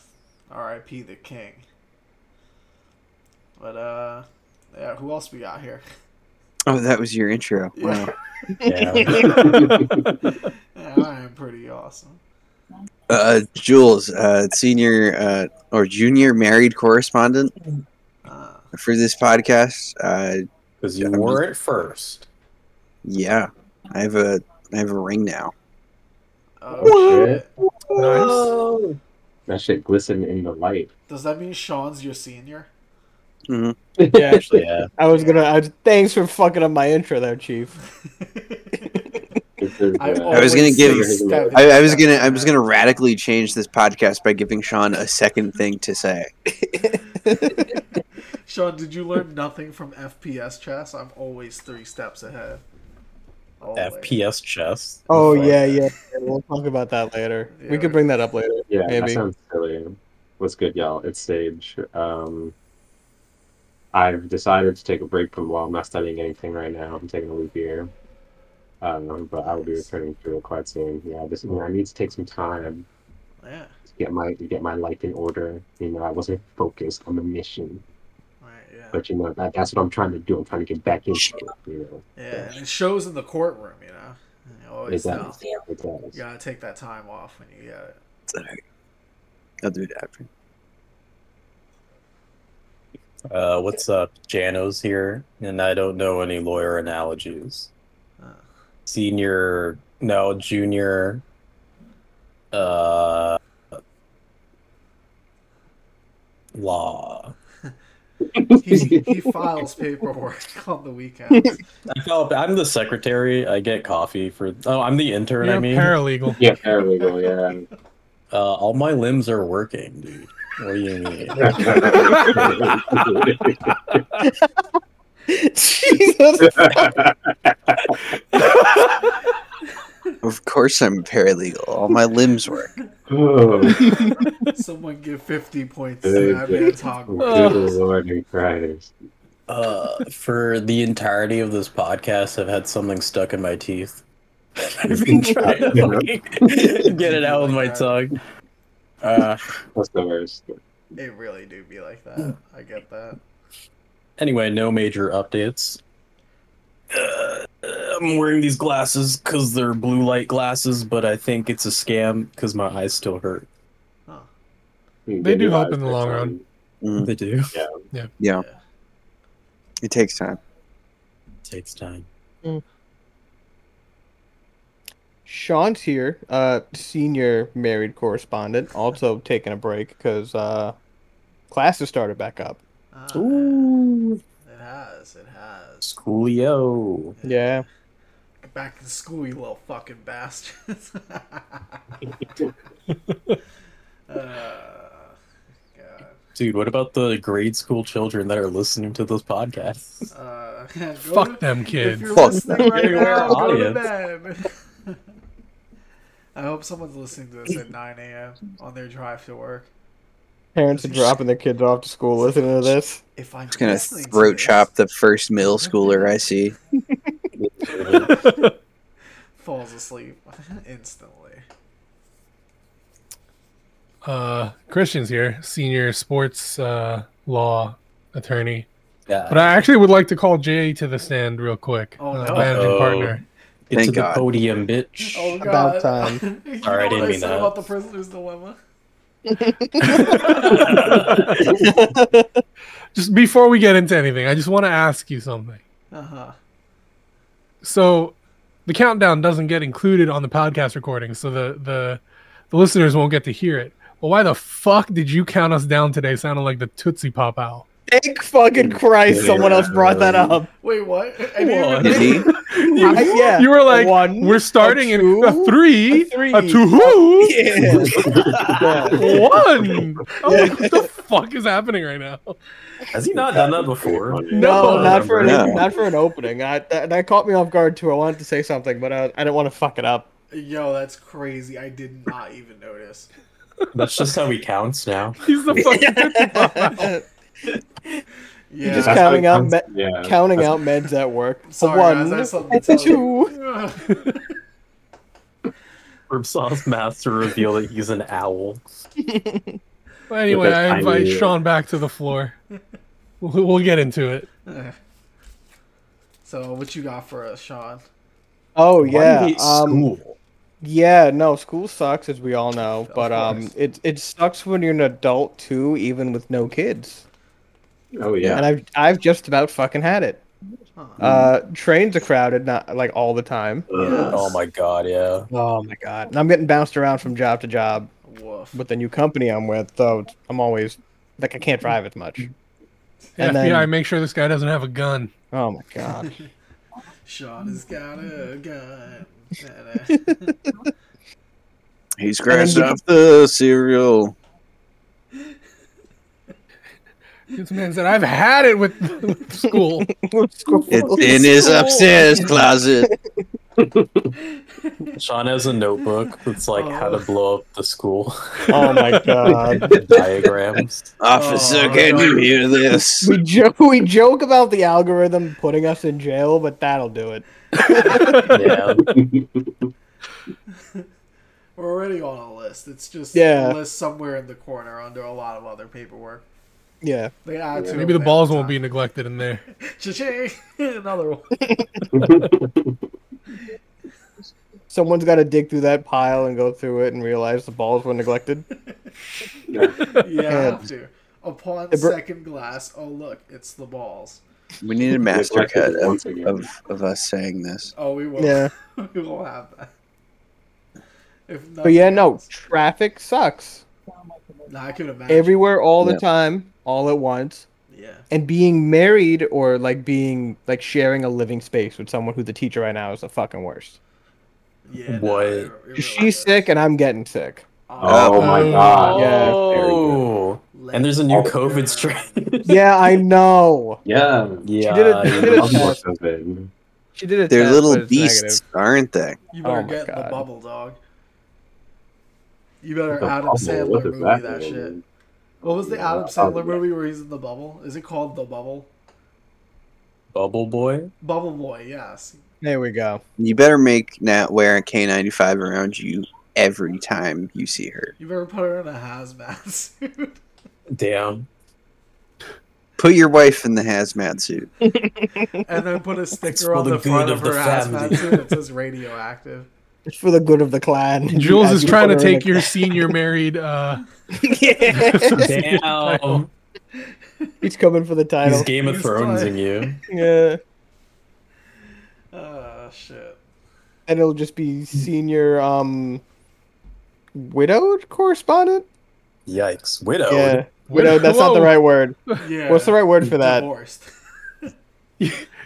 Speaker 3: R.I.P. the king. But, uh, yeah, who else we got here?
Speaker 5: Oh, that was your intro. Wow.
Speaker 2: Yeah.
Speaker 3: Yeah, I am pretty be awesome.
Speaker 5: Uh, Jules, uh, senior uh, or junior married correspondent
Speaker 3: Uh,
Speaker 5: for this podcast. Uh,
Speaker 2: Because you
Speaker 5: Yeah, I'm
Speaker 2: were it first.
Speaker 5: yeah, I have a I have a ring now.
Speaker 3: oh,
Speaker 4: shit.
Speaker 3: shit.
Speaker 6: Nice.
Speaker 1: Oh.
Speaker 4: That shit glisten in the light.
Speaker 3: Does that mean Sean's your senior?
Speaker 1: Yeah, actually,
Speaker 2: Yeah.
Speaker 1: I was gonna. I, thanks for fucking up my intro there, Chief.
Speaker 4: This is,
Speaker 3: I've
Speaker 4: uh,
Speaker 5: I was gonna
Speaker 3: always
Speaker 5: give-
Speaker 3: said Steven
Speaker 5: I, I was gonna I
Speaker 3: Steven.
Speaker 5: was gonna radically change this podcast by giving Sean a second thing to say.
Speaker 3: Sean, did you learn nothing from FPS chess? I'm always three steps ahead. Always.
Speaker 2: FPS chess.
Speaker 1: Oh yeah,
Speaker 3: yeah.
Speaker 1: yeah. We'll talk about that later.
Speaker 3: Yeah.
Speaker 1: We could bring that up later.
Speaker 4: Yeah, that
Speaker 1: Maybe.
Speaker 4: sounds silly. What's good, y'all? It's Sage. Um, I've decided to take a break from law. I'm not studying anything right now. I'm taking a leap year. Um, but I will be
Speaker 3: Nice.
Speaker 4: returning to it quite soon. Yeah, this, I, mean, I need to take some time
Speaker 3: Yeah.
Speaker 4: to get my to get my life in order. You know, I wasn't focused on the mission,
Speaker 3: Right. Yeah.
Speaker 4: but you know that, that's what I'm trying to do. I'm trying to get back into it. You know,
Speaker 3: Yeah. And it shows in the courtroom. You know. You always
Speaker 4: Exactly.
Speaker 3: know.
Speaker 4: Exactly.
Speaker 3: You gotta take that time off when you get it.
Speaker 5: I'll do it after.
Speaker 2: Uh, what's up? Janos here, and I don't know any lawyer analogies.
Speaker 3: Uh,
Speaker 2: Senior, no, junior. Uh, law.
Speaker 3: he, he files paperwork on the weekends.
Speaker 2: I felt, I'm the secretary. I get coffee for. Oh, I'm the intern.
Speaker 6: You're
Speaker 2: I
Speaker 6: a
Speaker 2: mean,
Speaker 6: paralegal.
Speaker 4: Yeah, paralegal.
Speaker 2: uh, all my limbs are working, dude. What do you mean?
Speaker 4: Yeah.
Speaker 1: Jesus.
Speaker 5: Of course, I'm paralegal. All my limbs work.
Speaker 4: oh.
Speaker 3: Someone give 50 points to
Speaker 4: Good,
Speaker 3: that
Speaker 4: good.
Speaker 3: man's hog.
Speaker 4: Good Lord and Christ.
Speaker 2: Uh, for the entirety of this podcast, I've had something stuck in my teeth. I've been trying to fucking get it out with my tongue. Uh,
Speaker 4: That's the worst.
Speaker 3: They really do be like that. I get that.
Speaker 2: anyway, no major updates. Uh, I'm wearing these glasses because they're blue light glasses, but I think it's a scam because my eyes still hurt.
Speaker 3: Huh.
Speaker 6: They do help in the long run.
Speaker 5: Mm,
Speaker 2: They do.
Speaker 5: yeah, it takes time.
Speaker 2: takes time.
Speaker 1: Sean's here, uh, senior married correspondent, also taking a break because uh, classes started back up.
Speaker 3: Ah,
Speaker 2: Ooh,
Speaker 3: It has. It has.
Speaker 2: schoolio.
Speaker 1: Yeah.
Speaker 3: Get back to school, you little fucking bastards. uh, God.
Speaker 2: Dude, what about the grade school children that are listening to this podcast?
Speaker 3: Uh, go to-
Speaker 6: Fuck them
Speaker 3: If
Speaker 6: kids.
Speaker 3: you're
Speaker 5: Fuck
Speaker 3: listening
Speaker 5: them.
Speaker 3: right
Speaker 2: You're
Speaker 3: now,
Speaker 2: our
Speaker 3: go to
Speaker 2: audience.
Speaker 3: bed. I hope someone's listening to this at 9 a.m. on their drive to work.
Speaker 1: Parents are dropping their kids off to school listening to this.
Speaker 3: If I'm
Speaker 5: Just gonna
Speaker 3: listening to
Speaker 5: throat
Speaker 3: this,
Speaker 5: chop the first middle schooler I see.
Speaker 3: falls asleep instantly.
Speaker 6: Uh, Christian's here, senior sports uh, law attorney. But
Speaker 2: Yeah.
Speaker 6: I actually would like to call Jay to the stand real quick.
Speaker 3: Oh,
Speaker 6: uh,
Speaker 3: no.
Speaker 6: Managing
Speaker 2: Uh-oh.
Speaker 6: partner.
Speaker 2: Get
Speaker 5: Thank
Speaker 2: to the
Speaker 5: God.
Speaker 2: podium, bitch.
Speaker 1: Oh, About God.
Speaker 3: Oh, you
Speaker 2: All right,
Speaker 3: know
Speaker 2: didn't
Speaker 3: what I
Speaker 2: mean
Speaker 3: said
Speaker 2: that.
Speaker 3: about the prisoner's dilemma?
Speaker 6: Just before we get into anything, I just want to ask you something.
Speaker 3: Uh huh.
Speaker 6: So, the countdown doesn't get included on the podcast recording, so the the, the listeners won't get to hear it. Well, why the fuck did you count us down today? Sounding like the Tootsie Pop Owl.
Speaker 1: Thank fucking Christ, someone else brought that up.
Speaker 3: Wait, what? I didn't
Speaker 2: What?
Speaker 3: even-
Speaker 5: Did he?
Speaker 6: You,
Speaker 1: I- yeah.
Speaker 6: you were like,
Speaker 1: One,
Speaker 6: we're starting in
Speaker 1: two,
Speaker 6: a three,
Speaker 1: a three.
Speaker 6: a two,
Speaker 1: Yeah.
Speaker 6: one. I'm like, what the fuck is happening right now?
Speaker 2: Has he not done that before?
Speaker 1: No, not for an
Speaker 5: No.
Speaker 1: not for an opening. I, that, that caught me off guard too. I wanted to say something, but I, I didn't want to fuck it up.
Speaker 3: Yo, that's crazy. I did not even notice.
Speaker 2: That's just how he counts now.
Speaker 6: He's the fucking Tootsie Pop Owl.
Speaker 1: Just
Speaker 3: Yeah,
Speaker 1: just counting out, me-
Speaker 4: Yeah.
Speaker 1: counting out meds at work. A
Speaker 3: sorry, guys. I
Speaker 1: One,
Speaker 3: have something
Speaker 1: a
Speaker 3: to tell you.
Speaker 1: two.
Speaker 2: Herbsaw's master reveal that he's an owl.
Speaker 6: Well, anyway,
Speaker 4: With that
Speaker 6: I invite
Speaker 4: tiny-
Speaker 6: Sean back to the floor. We'll, we'll get into it.
Speaker 3: so, what you got for us, Sean?
Speaker 1: Oh yeah. Um,
Speaker 2: school.
Speaker 1: Yeah, no, school sucks as we all know, but um
Speaker 6: course.
Speaker 1: it it sucks when you're an adult too, even with no kids.
Speaker 4: Oh yeah.
Speaker 1: And I've I've just about fucking had it.
Speaker 3: Huh.
Speaker 1: Uh trains are crowded not like all the time.
Speaker 4: Uh,
Speaker 2: Oh my god, yeah.
Speaker 1: Oh my god. And I'm getting bounced around from job to job
Speaker 3: Woof.
Speaker 1: with the new company I'm with, so it's- I'm always like I can't drive as much.
Speaker 6: FBI,
Speaker 1: And then-
Speaker 6: make sure this guy doesn't have a gun.
Speaker 1: Oh my god.
Speaker 3: Sean has got a gun.
Speaker 5: He
Speaker 1: scratched
Speaker 5: scratched
Speaker 1: up
Speaker 5: up the cereal.
Speaker 6: This man said, "I've had it with, with school."
Speaker 5: It's in his upstairs closet.
Speaker 2: Sean has a notebook that's like how to blow up the school.
Speaker 1: oh my god.
Speaker 2: The diagrams.
Speaker 5: Officer,
Speaker 3: Oh,
Speaker 5: can
Speaker 3: God.
Speaker 5: you hear this?
Speaker 1: We joke we joke about the algorithm putting us in jail, but that'll do it.
Speaker 2: Yeah.
Speaker 3: We're already on a list. It's just a
Speaker 1: Yeah.
Speaker 3: list somewhere in the corner under a lot of other paperwork.
Speaker 1: Yeah.
Speaker 3: They add to
Speaker 6: Maybe the balls won't be neglected in there.
Speaker 3: Cha-ching! Another one.
Speaker 1: Someone's got to dig through that pile and go through it and realize the balls were neglected.
Speaker 3: You have to. Upon
Speaker 1: The br-
Speaker 3: second glass, oh look, it's the balls.
Speaker 5: We need a master
Speaker 4: Neglected
Speaker 5: cut of,
Speaker 4: once again.
Speaker 5: of, of us saying this.
Speaker 3: Oh, we will.
Speaker 1: Yeah.
Speaker 3: we will have that. If
Speaker 1: But yeah, no,
Speaker 3: nothing
Speaker 1: traffic sucks.
Speaker 3: else. Nah, I can imagine.
Speaker 1: Everywhere, all the
Speaker 5: Yeah.
Speaker 1: time, all at once.
Speaker 3: Yeah.
Speaker 1: And being married or like being like sharing a living space with someone who the teacher right now is the fucking worst.
Speaker 3: Yeah. no,
Speaker 2: What?
Speaker 3: it- it really
Speaker 1: She's
Speaker 3: is.
Speaker 1: sick and I'm getting sick.
Speaker 3: Oh,
Speaker 4: oh my
Speaker 6: Oh.
Speaker 4: god.
Speaker 1: Yeah.
Speaker 2: Oh. And there's a new COVID strain.
Speaker 1: Yeah, I know.
Speaker 4: Yeah.
Speaker 2: Yeah.
Speaker 1: did it- she did it
Speaker 4: Love
Speaker 1: Yeah.
Speaker 4: more COVID.
Speaker 1: She did it.
Speaker 5: They're little beasts, aren't they?
Speaker 3: You
Speaker 1: Oh
Speaker 3: better
Speaker 1: my
Speaker 3: get in the
Speaker 1: God.
Speaker 3: bubble, dog. You better
Speaker 4: The
Speaker 3: Adam
Speaker 4: bubble,
Speaker 3: Sandler
Speaker 4: what does
Speaker 3: movie
Speaker 4: that
Speaker 3: that,
Speaker 4: mean?
Speaker 3: shit. What was the
Speaker 4: Yeah,
Speaker 3: Adam
Speaker 4: oh,
Speaker 3: Sandler
Speaker 4: yeah.
Speaker 3: movie where he's in the bubble? Is it called The Bubble?
Speaker 2: Bubble boy.
Speaker 3: Bubble Boy, yes.
Speaker 1: There we go.
Speaker 5: You better make Nat wear a K95 around you every time you see her.
Speaker 3: You better put her in a hazmat suit.
Speaker 2: Damn.
Speaker 5: Put your wife in the hazmat suit.
Speaker 3: and then put a
Speaker 2: It's
Speaker 3: sticker
Speaker 2: for
Speaker 3: on
Speaker 2: the
Speaker 3: the, front
Speaker 2: good
Speaker 3: of
Speaker 2: of
Speaker 3: her
Speaker 2: the
Speaker 3: hazmat
Speaker 2: family.
Speaker 3: suit that says radioactive.
Speaker 1: It's for the good of the clan.
Speaker 6: Jules
Speaker 1: As
Speaker 6: is
Speaker 1: you
Speaker 6: trying to
Speaker 1: put her in
Speaker 6: take your senior married. Uh,
Speaker 1: the- Yeah.
Speaker 2: Damn.
Speaker 1: He's coming for the title.
Speaker 2: He's Game of
Speaker 3: He's
Speaker 2: Thrones
Speaker 3: like-
Speaker 2: in you.
Speaker 1: Yeah.
Speaker 3: Oh shit.
Speaker 1: and it'll just
Speaker 6: Hmm.
Speaker 1: be senior um widowed correspondent
Speaker 2: Yikes. Widow.
Speaker 1: yeah widowed that's not the
Speaker 6: Whoa.
Speaker 1: right word
Speaker 3: Yeah.
Speaker 1: what's the right word for that
Speaker 3: Divorced.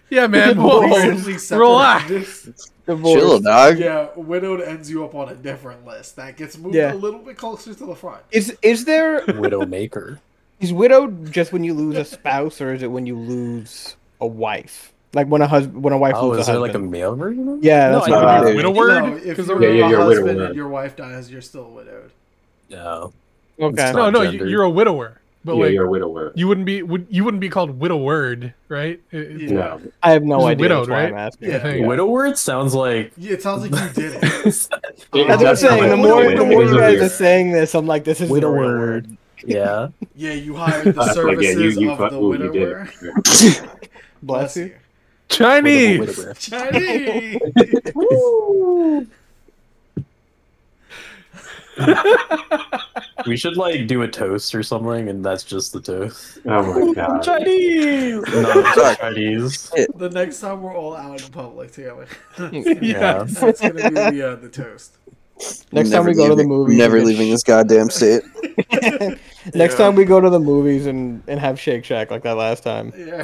Speaker 6: Yeah, man. Whoa.
Speaker 3: Recently separated.
Speaker 6: Relax.
Speaker 1: Divorce.
Speaker 5: Chill, dog.
Speaker 3: Yeah, widowed ends you up on a different list that gets moved a
Speaker 1: Yeah.
Speaker 3: little bit closer to the front.
Speaker 1: is is there
Speaker 2: Widow maker.
Speaker 1: is widowed just when you lose a spouse or is it when you lose a wife like when a husband when a wife
Speaker 2: Oh,
Speaker 1: loses
Speaker 2: is
Speaker 1: a
Speaker 2: there
Speaker 1: husband
Speaker 2: like a male version? of it?
Speaker 1: yeah that's
Speaker 6: no,
Speaker 1: what
Speaker 6: I
Speaker 1: I
Speaker 6: can
Speaker 5: uh,
Speaker 6: be widowed.
Speaker 3: No, if
Speaker 6: 'cause
Speaker 3: you're
Speaker 6: I'm-
Speaker 4: Yeah, yeah,
Speaker 3: a
Speaker 4: you're a
Speaker 3: husband
Speaker 4: widower.
Speaker 3: and your wife dies, you're still widowed.
Speaker 2: No.
Speaker 1: okay
Speaker 2: it's
Speaker 6: no,
Speaker 2: not
Speaker 6: no, you,
Speaker 2: gendered.
Speaker 6: you're a widower, but
Speaker 4: yeah,
Speaker 6: like
Speaker 4: you're a widower.
Speaker 6: you wouldn't be would you wouldn't be called widowed, right? It-
Speaker 3: Yeah.
Speaker 6: it's-
Speaker 4: No.
Speaker 1: i have no
Speaker 6: She's
Speaker 1: idea
Speaker 6: widowed,
Speaker 1: that's why
Speaker 6: right?
Speaker 1: i'm asking
Speaker 3: Yeah.
Speaker 6: Yeah.
Speaker 2: Widower sounds like.
Speaker 3: Yeah, it sounds like you did it.
Speaker 2: Widower.
Speaker 1: that's what i'm
Speaker 3: That's
Speaker 1: saying the
Speaker 3: definitely
Speaker 1: more
Speaker 3: widowed.
Speaker 1: the more you
Speaker 3: Widowed.
Speaker 1: guys are saying this i'm like this is the real word
Speaker 2: Yeah.
Speaker 3: Yeah, you hired the
Speaker 4: That's like, yeah,
Speaker 3: services
Speaker 4: you, you,
Speaker 3: of
Speaker 4: fu-
Speaker 3: the
Speaker 4: ooh, you did
Speaker 3: widower.
Speaker 4: it.
Speaker 1: bless you
Speaker 6: Chinese.
Speaker 3: Chinese.
Speaker 2: We should like do a toast or something, and that's just the toast.
Speaker 4: Oh my god.
Speaker 2: Chinese. No, it's Chinese.
Speaker 3: the next time we're all out in public, Taylor.
Speaker 2: Yeah.
Speaker 3: That's gonna be the, uh, the toast.
Speaker 1: next time we go to the
Speaker 5: leaving-
Speaker 1: movies
Speaker 5: Never
Speaker 1: and-
Speaker 5: leaving this goddamn state.
Speaker 1: next
Speaker 3: Yeah.
Speaker 1: time we go to the movies and and have shake shack like that last time
Speaker 3: Yeah.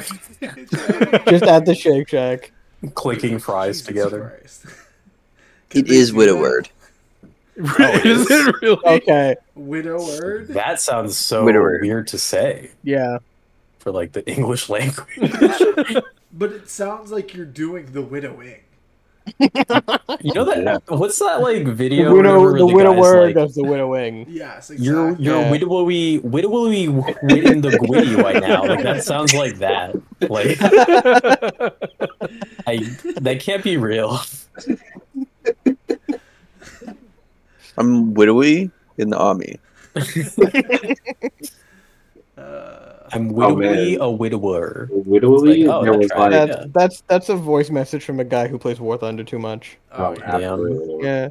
Speaker 1: just at the shake shack
Speaker 2: Clicking fries
Speaker 3: Jesus
Speaker 2: together.
Speaker 3: Christ.
Speaker 5: It
Speaker 3: they
Speaker 5: is
Speaker 3: do that?
Speaker 5: widowed.
Speaker 6: Is it really?
Speaker 1: Okay.
Speaker 3: Widower.
Speaker 2: That sounds so
Speaker 5: Widower.
Speaker 2: weird to say
Speaker 1: Yeah.
Speaker 2: for like the English language.
Speaker 3: But it sounds like you're doing the widowing.
Speaker 2: You know that?
Speaker 4: Yeah.
Speaker 2: What's that like
Speaker 1: The
Speaker 2: video?
Speaker 1: widow,
Speaker 2: whenever guy's
Speaker 1: the widower
Speaker 2: like,
Speaker 1: does the widowing.
Speaker 3: Yes, exactly.
Speaker 2: You're you're
Speaker 1: Yeah.
Speaker 2: widowy widowy witting the gwitty right now. Like that sounds like that. Like I, that can't be real.
Speaker 5: I'm widowy in the army.
Speaker 3: Uh,
Speaker 2: I'm
Speaker 4: Oh,
Speaker 2: widowy
Speaker 4: man.
Speaker 2: a widower.
Speaker 4: Widowy,
Speaker 2: It's like, oh,
Speaker 4: there
Speaker 2: that's
Speaker 4: was
Speaker 2: right.
Speaker 4: like,
Speaker 1: That's
Speaker 2: Yeah.
Speaker 1: that's that's a voice message from a guy who plays War Thunder too much.
Speaker 4: oh,
Speaker 3: yeah.
Speaker 4: absolutely.
Speaker 1: Yeah.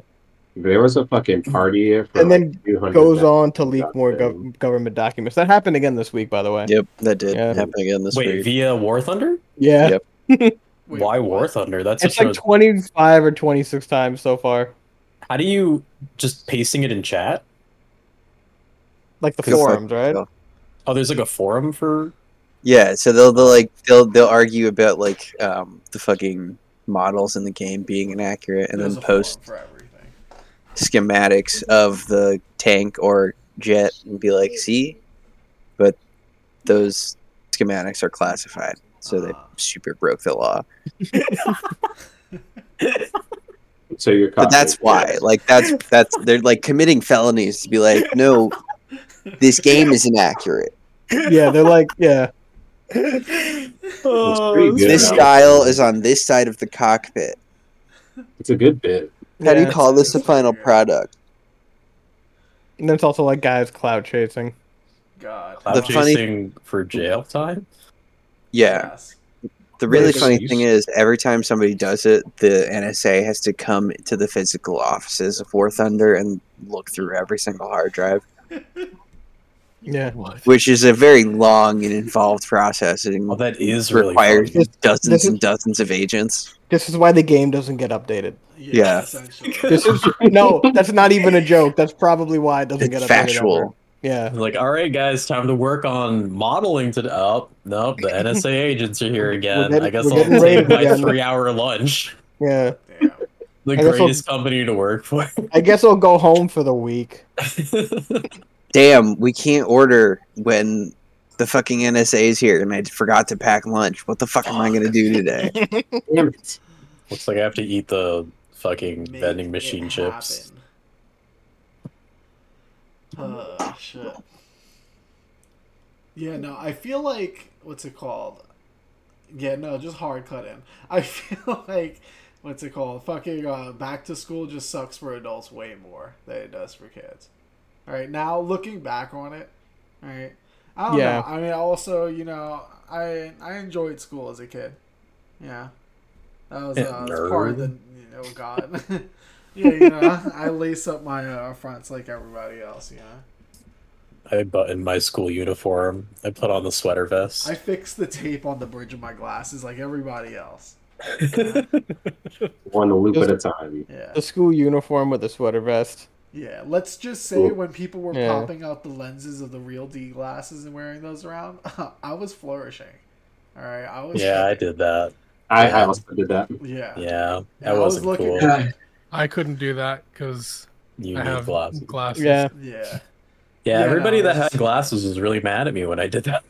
Speaker 4: There was a fucking party for
Speaker 1: And then
Speaker 4: like 200
Speaker 1: Goes
Speaker 4: men.
Speaker 1: on to leak more
Speaker 4: Goddamn.
Speaker 1: gov- government documents. That happened again this week, by the way.
Speaker 5: Yep, that did
Speaker 1: Yeah.
Speaker 5: happen again this
Speaker 2: Wait,
Speaker 5: week.
Speaker 2: via War Thunder?
Speaker 1: Yeah.
Speaker 5: Yep.
Speaker 3: Wait,
Speaker 2: Why
Speaker 3: what?
Speaker 2: War Thunder? That's
Speaker 1: It's
Speaker 2: such
Speaker 1: like
Speaker 2: a,
Speaker 1: 25 or 26 times so far.
Speaker 2: how do you just pasting it in chat?
Speaker 1: Like the
Speaker 5: Feels like-
Speaker 1: forums, right?
Speaker 5: yeah.
Speaker 2: Oh, there's like a forum for
Speaker 5: Yeah, so they'll they'll like they'll they'll argue about like um, the fucking models in the game being inaccurate, and
Speaker 3: There's
Speaker 5: then
Speaker 3: a forum
Speaker 5: post
Speaker 3: for everything.
Speaker 5: schematics of the tank or jet and be like, see, but those schematics are classified, so they
Speaker 3: Ah.
Speaker 5: super broke the law.
Speaker 4: So you're
Speaker 5: But that's why, like, that's that's they're like committing felonies to be like, no, this game is inaccurate.
Speaker 1: Yeah, they're like, yeah.
Speaker 4: pretty good.
Speaker 5: This
Speaker 3: Oh,
Speaker 4: Yeah.
Speaker 5: dial is on this side of the cockpit.
Speaker 4: It's a good bit.
Speaker 5: How do you
Speaker 1: Yeah.
Speaker 5: call this a
Speaker 3: It's
Speaker 5: final
Speaker 3: weird.
Speaker 5: product?
Speaker 1: And then it's also like guys cloud chasing.
Speaker 3: God.
Speaker 2: cloud
Speaker 5: The funny-
Speaker 2: chasing for jail time?
Speaker 5: Yeah.
Speaker 3: Yes.
Speaker 5: The really
Speaker 2: Like,
Speaker 5: funny
Speaker 2: you
Speaker 5: thing is, every time somebody does it, the NSA has to come to the physical offices of War Thunder and look through every single hard drive,
Speaker 1: Yeah.
Speaker 6: What?
Speaker 5: which is a very long and involved process. It
Speaker 2: Oh, that is really
Speaker 5: requires
Speaker 1: fun.
Speaker 5: dozens and dozens of agents.
Speaker 1: This is why the game doesn't get updated.
Speaker 5: Yeah.
Speaker 3: essentially.
Speaker 1: This is no, that's not even a joke. That's probably why it doesn't
Speaker 5: It's
Speaker 1: get updated. ever.
Speaker 5: factual.
Speaker 1: Yeah.
Speaker 2: Like, all right, guys, time to work on modeling today. Oh, nope, the NSA agents are here again.
Speaker 1: getting-
Speaker 2: I guess
Speaker 1: we're
Speaker 2: I'll
Speaker 1: getting
Speaker 2: take
Speaker 1: raided
Speaker 2: my
Speaker 1: again.
Speaker 2: three hour lunch.
Speaker 1: Yeah.
Speaker 3: Damn.
Speaker 2: The
Speaker 1: I guess I'll-
Speaker 2: greatest company to work for.
Speaker 1: I guess I'll go home for the week.
Speaker 5: Damn, we can't order when the fucking NSA is here, and I forgot to pack lunch. What the fuck am I gonna do today?
Speaker 4: Damn it.
Speaker 2: Looks like I have to eat the fucking
Speaker 3: Make
Speaker 2: vending
Speaker 3: it
Speaker 2: machine chips.
Speaker 3: happen. Uh, shit. Yeah, no, I feel like what's it called? Yeah, no, just hard cut in. I feel like what's it called? Fucking uh, back to school just sucks for adults way more than it does for kids. All right, now looking back on it, all right, I don't
Speaker 1: Yeah.
Speaker 3: know. I mean, also, you know, I I enjoyed school as a kid. Yeah, that was, uh, that was part of the. Oh God. yeah, you know, I lace up my uh, fronts like everybody else. You know,
Speaker 2: I button my school uniform. I put on the sweater vest.
Speaker 3: I fix the tape on the bridge of my glasses like everybody else.
Speaker 4: One loop at a time.
Speaker 3: Yeah.
Speaker 1: The school uniform with the sweater vest.
Speaker 3: Yeah, let's just say
Speaker 4: Cool.
Speaker 3: when people were
Speaker 1: Yeah.
Speaker 3: popping out the lenses of the real D glasses and wearing those around, I was flourishing. All right, I was.
Speaker 2: yeah, I
Speaker 3: shining.
Speaker 2: did that.
Speaker 4: I, I also did that.
Speaker 3: Yeah,
Speaker 2: Yeah,
Speaker 3: I
Speaker 2: that
Speaker 3: was
Speaker 2: wasn't
Speaker 3: looking
Speaker 2: cool.
Speaker 3: at-
Speaker 6: I couldn't do that because
Speaker 2: You
Speaker 6: I
Speaker 2: need
Speaker 6: have
Speaker 2: glasses.
Speaker 6: glasses.
Speaker 1: Yeah.
Speaker 3: yeah,
Speaker 2: Yeah,
Speaker 3: Yeah,
Speaker 2: everybody
Speaker 3: no,
Speaker 2: that
Speaker 3: that's-
Speaker 2: had glasses was really mad at me when I did that.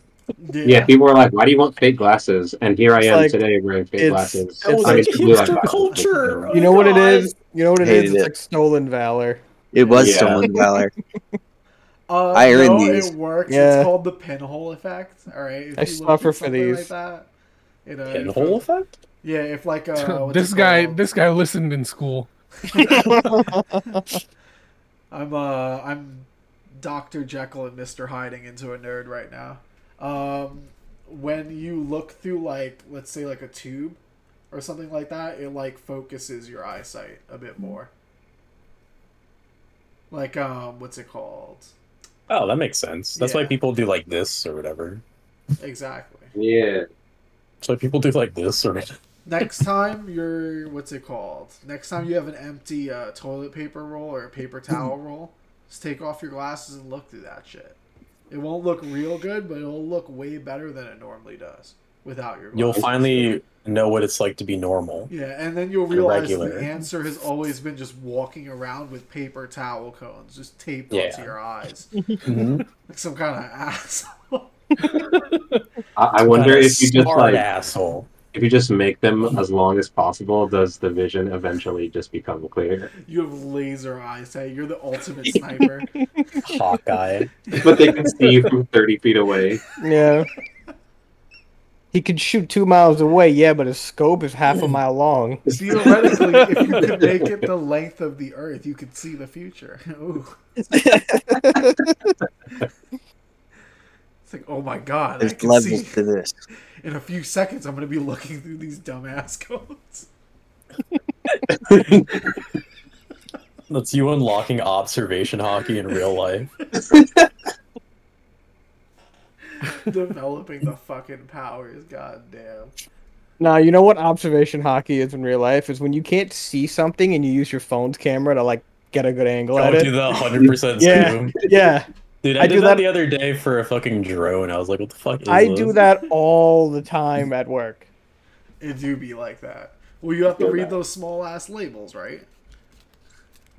Speaker 3: yeah.
Speaker 4: Yeah, people were like, "Why do you want fake glasses?" And here I
Speaker 1: It's
Speaker 4: am
Speaker 1: like-
Speaker 4: today wearing fake
Speaker 1: it's-
Speaker 4: glasses.
Speaker 1: it's Oh,
Speaker 4: I
Speaker 1: like
Speaker 4: mean, blue-eyed
Speaker 2: hipster
Speaker 4: glasses.
Speaker 2: culture.
Speaker 1: You know what it is? You know what it is?
Speaker 5: Hated
Speaker 1: It's
Speaker 5: it.
Speaker 1: like stolen valor.
Speaker 5: It was
Speaker 4: Yeah.
Speaker 5: stolen valor.
Speaker 3: Uh,
Speaker 5: I earned
Speaker 3: no,
Speaker 5: these.
Speaker 3: It works.
Speaker 1: Yeah.
Speaker 3: It's called the pinhole effect. All right. If
Speaker 1: I
Speaker 3: you look
Speaker 1: suffer
Speaker 3: at
Speaker 1: for
Speaker 3: something
Speaker 1: these.
Speaker 3: that, you know, if-
Speaker 2: Pinhole effect?
Speaker 3: Yeah, if like uh, what's
Speaker 6: this
Speaker 3: it
Speaker 6: guy,
Speaker 3: called?
Speaker 6: this guy listened in school.
Speaker 3: I'm uh, I'm Doctor Jekyll and Mister Hiding into a nerd right now. Um, when you look through like let's say like a tube or something like that, it like focuses your eyesight a bit more. Like um, what's it called?
Speaker 2: Oh, that makes sense. That's why
Speaker 3: Yeah.
Speaker 2: people do like this or whatever.
Speaker 3: Exactly.
Speaker 4: Yeah,
Speaker 2: That's why people do like this or
Speaker 3: Next time you're what's it called? Next time you have an empty uh, toilet paper roll or a paper towel roll, just take off your glasses and look through that shit. It won't look real good, but it'll look way better than it normally does without your. Glasses.
Speaker 2: You'll finally know what it's like to be normal.
Speaker 3: Yeah, and then you'll realize
Speaker 2: Irregular.
Speaker 3: the answer has always been just walking around with paper towel cones just taped
Speaker 2: Yeah.
Speaker 3: onto your eyes,
Speaker 2: Mhm.
Speaker 3: like some kind of asshole.
Speaker 4: I, I wonder
Speaker 2: Kinda
Speaker 4: if you just
Speaker 2: smart
Speaker 4: like
Speaker 2: asshole.
Speaker 4: if you just make them as long as possible, does the vision eventually just become clear?
Speaker 3: You have laser eyesight. You're the ultimate sniper.
Speaker 2: Hawkeye.
Speaker 4: But they can see you from thirty feet away.
Speaker 1: yeah. He could shoot two miles away, yeah, but his scope is half a mile long.
Speaker 3: Theoretically, if you could make it the length of the Earth, you could see the future. Ooh. It's like, oh my god, I
Speaker 5: There's
Speaker 3: can
Speaker 5: levels
Speaker 3: see
Speaker 5: to this.
Speaker 3: in a few seconds I'm gonna be looking through these dumbass codes.
Speaker 2: That's you unlocking observation hockey in real life.
Speaker 3: Developing the fucking powers, goddamn.
Speaker 1: Now, you know what observation hockey is in real life is when you can't see something and you use your phone's camera to like get a good angle
Speaker 2: I
Speaker 1: at
Speaker 2: would do
Speaker 1: it.
Speaker 2: the 100%
Speaker 1: Yeah.
Speaker 2: zoom.
Speaker 1: Yeah,
Speaker 2: Dude, I, did do that, the other day for a fucking drone. I was like, what the fuck is
Speaker 1: I do
Speaker 2: this?
Speaker 1: that all the time at work.
Speaker 3: It do be like that. Well, you have to
Speaker 4: Yeah.
Speaker 3: read those small ass labels, right?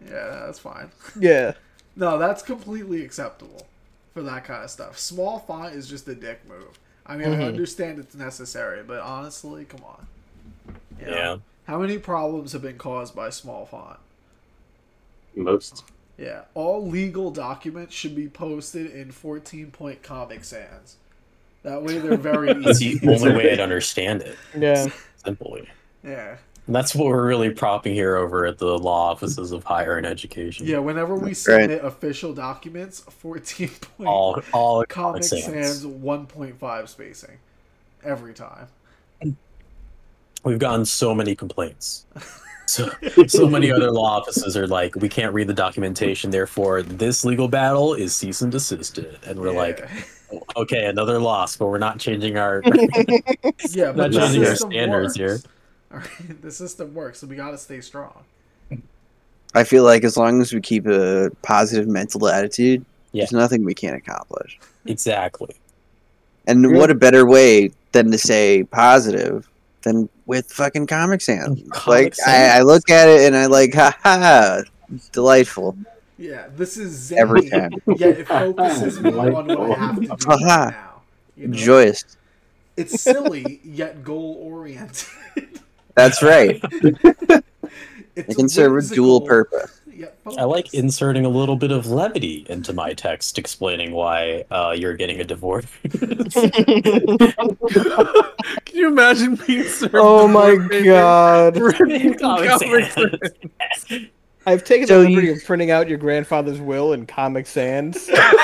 Speaker 3: Yeah, that's fine.
Speaker 1: Yeah,
Speaker 3: No, that's completely acceptable for that kind of stuff. Small font is just a dick move. I mean, I
Speaker 1: Mhm.
Speaker 3: understand it's necessary, but honestly, come on. You know,
Speaker 2: Yeah.
Speaker 3: How many problems have been caused by small font?
Speaker 4: Most
Speaker 3: Yeah. All legal documents should be posted in 14 point Comic Sans. That way they're very
Speaker 2: That's the
Speaker 3: easy.
Speaker 2: only way I'd understand it.
Speaker 1: yeah.
Speaker 2: Simply.
Speaker 3: Yeah.
Speaker 2: And that's what we're really propping here over at the law offices of higher and education.
Speaker 3: Yeah, whenever we
Speaker 5: Right.
Speaker 3: submit official documents, 14 point
Speaker 2: All, all
Speaker 3: Comic
Speaker 2: comic
Speaker 3: Sans
Speaker 2: sans.
Speaker 3: 1.5 spacing. Every time.
Speaker 2: We've gotten so many complaints. So, so many other law offices are like, we can't read the documentation, therefore this legal battle is cease and desist. it." And we're
Speaker 3: Yeah.
Speaker 2: like, "Oh, okay, another loss, but we're not changing our
Speaker 3: yeah,
Speaker 2: not
Speaker 3: but the
Speaker 2: changing our
Speaker 3: system
Speaker 2: standards here.
Speaker 3: works. All right, the system works, so we gotta stay strong.
Speaker 5: I feel like as long as we keep a positive mental attitude,
Speaker 2: Yeah.
Speaker 5: there's nothing we can't accomplish.
Speaker 2: Exactly.
Speaker 5: And
Speaker 1: Yeah.
Speaker 5: what a better way than to say positive than with fucking Comic Sans.
Speaker 2: Comic
Speaker 5: like
Speaker 2: Sans.
Speaker 5: I, I look at it and I like, ha ha, delightful
Speaker 3: Yeah, this is zany.
Speaker 5: every time,
Speaker 3: Yeah, it focuses me on what I have to do right
Speaker 5: Haha.
Speaker 3: now. You know?
Speaker 5: joyous.
Speaker 3: It's silly yet goal oriented.
Speaker 5: That's right.
Speaker 3: It
Speaker 5: It can serve a dual purpose.
Speaker 2: I like inserting a little bit of levity into my text explaining why uh, you're getting a divorce.
Speaker 6: Can you imagine being served?
Speaker 1: Oh my
Speaker 6: Comic
Speaker 1: god.
Speaker 6: Comic
Speaker 2: Comic
Speaker 6: Sans.
Speaker 2: Sans.
Speaker 1: I've taken
Speaker 5: So
Speaker 1: the liberty
Speaker 5: you-
Speaker 1: of printing out your grandfather's will in Comic Sans.
Speaker 2: yeah,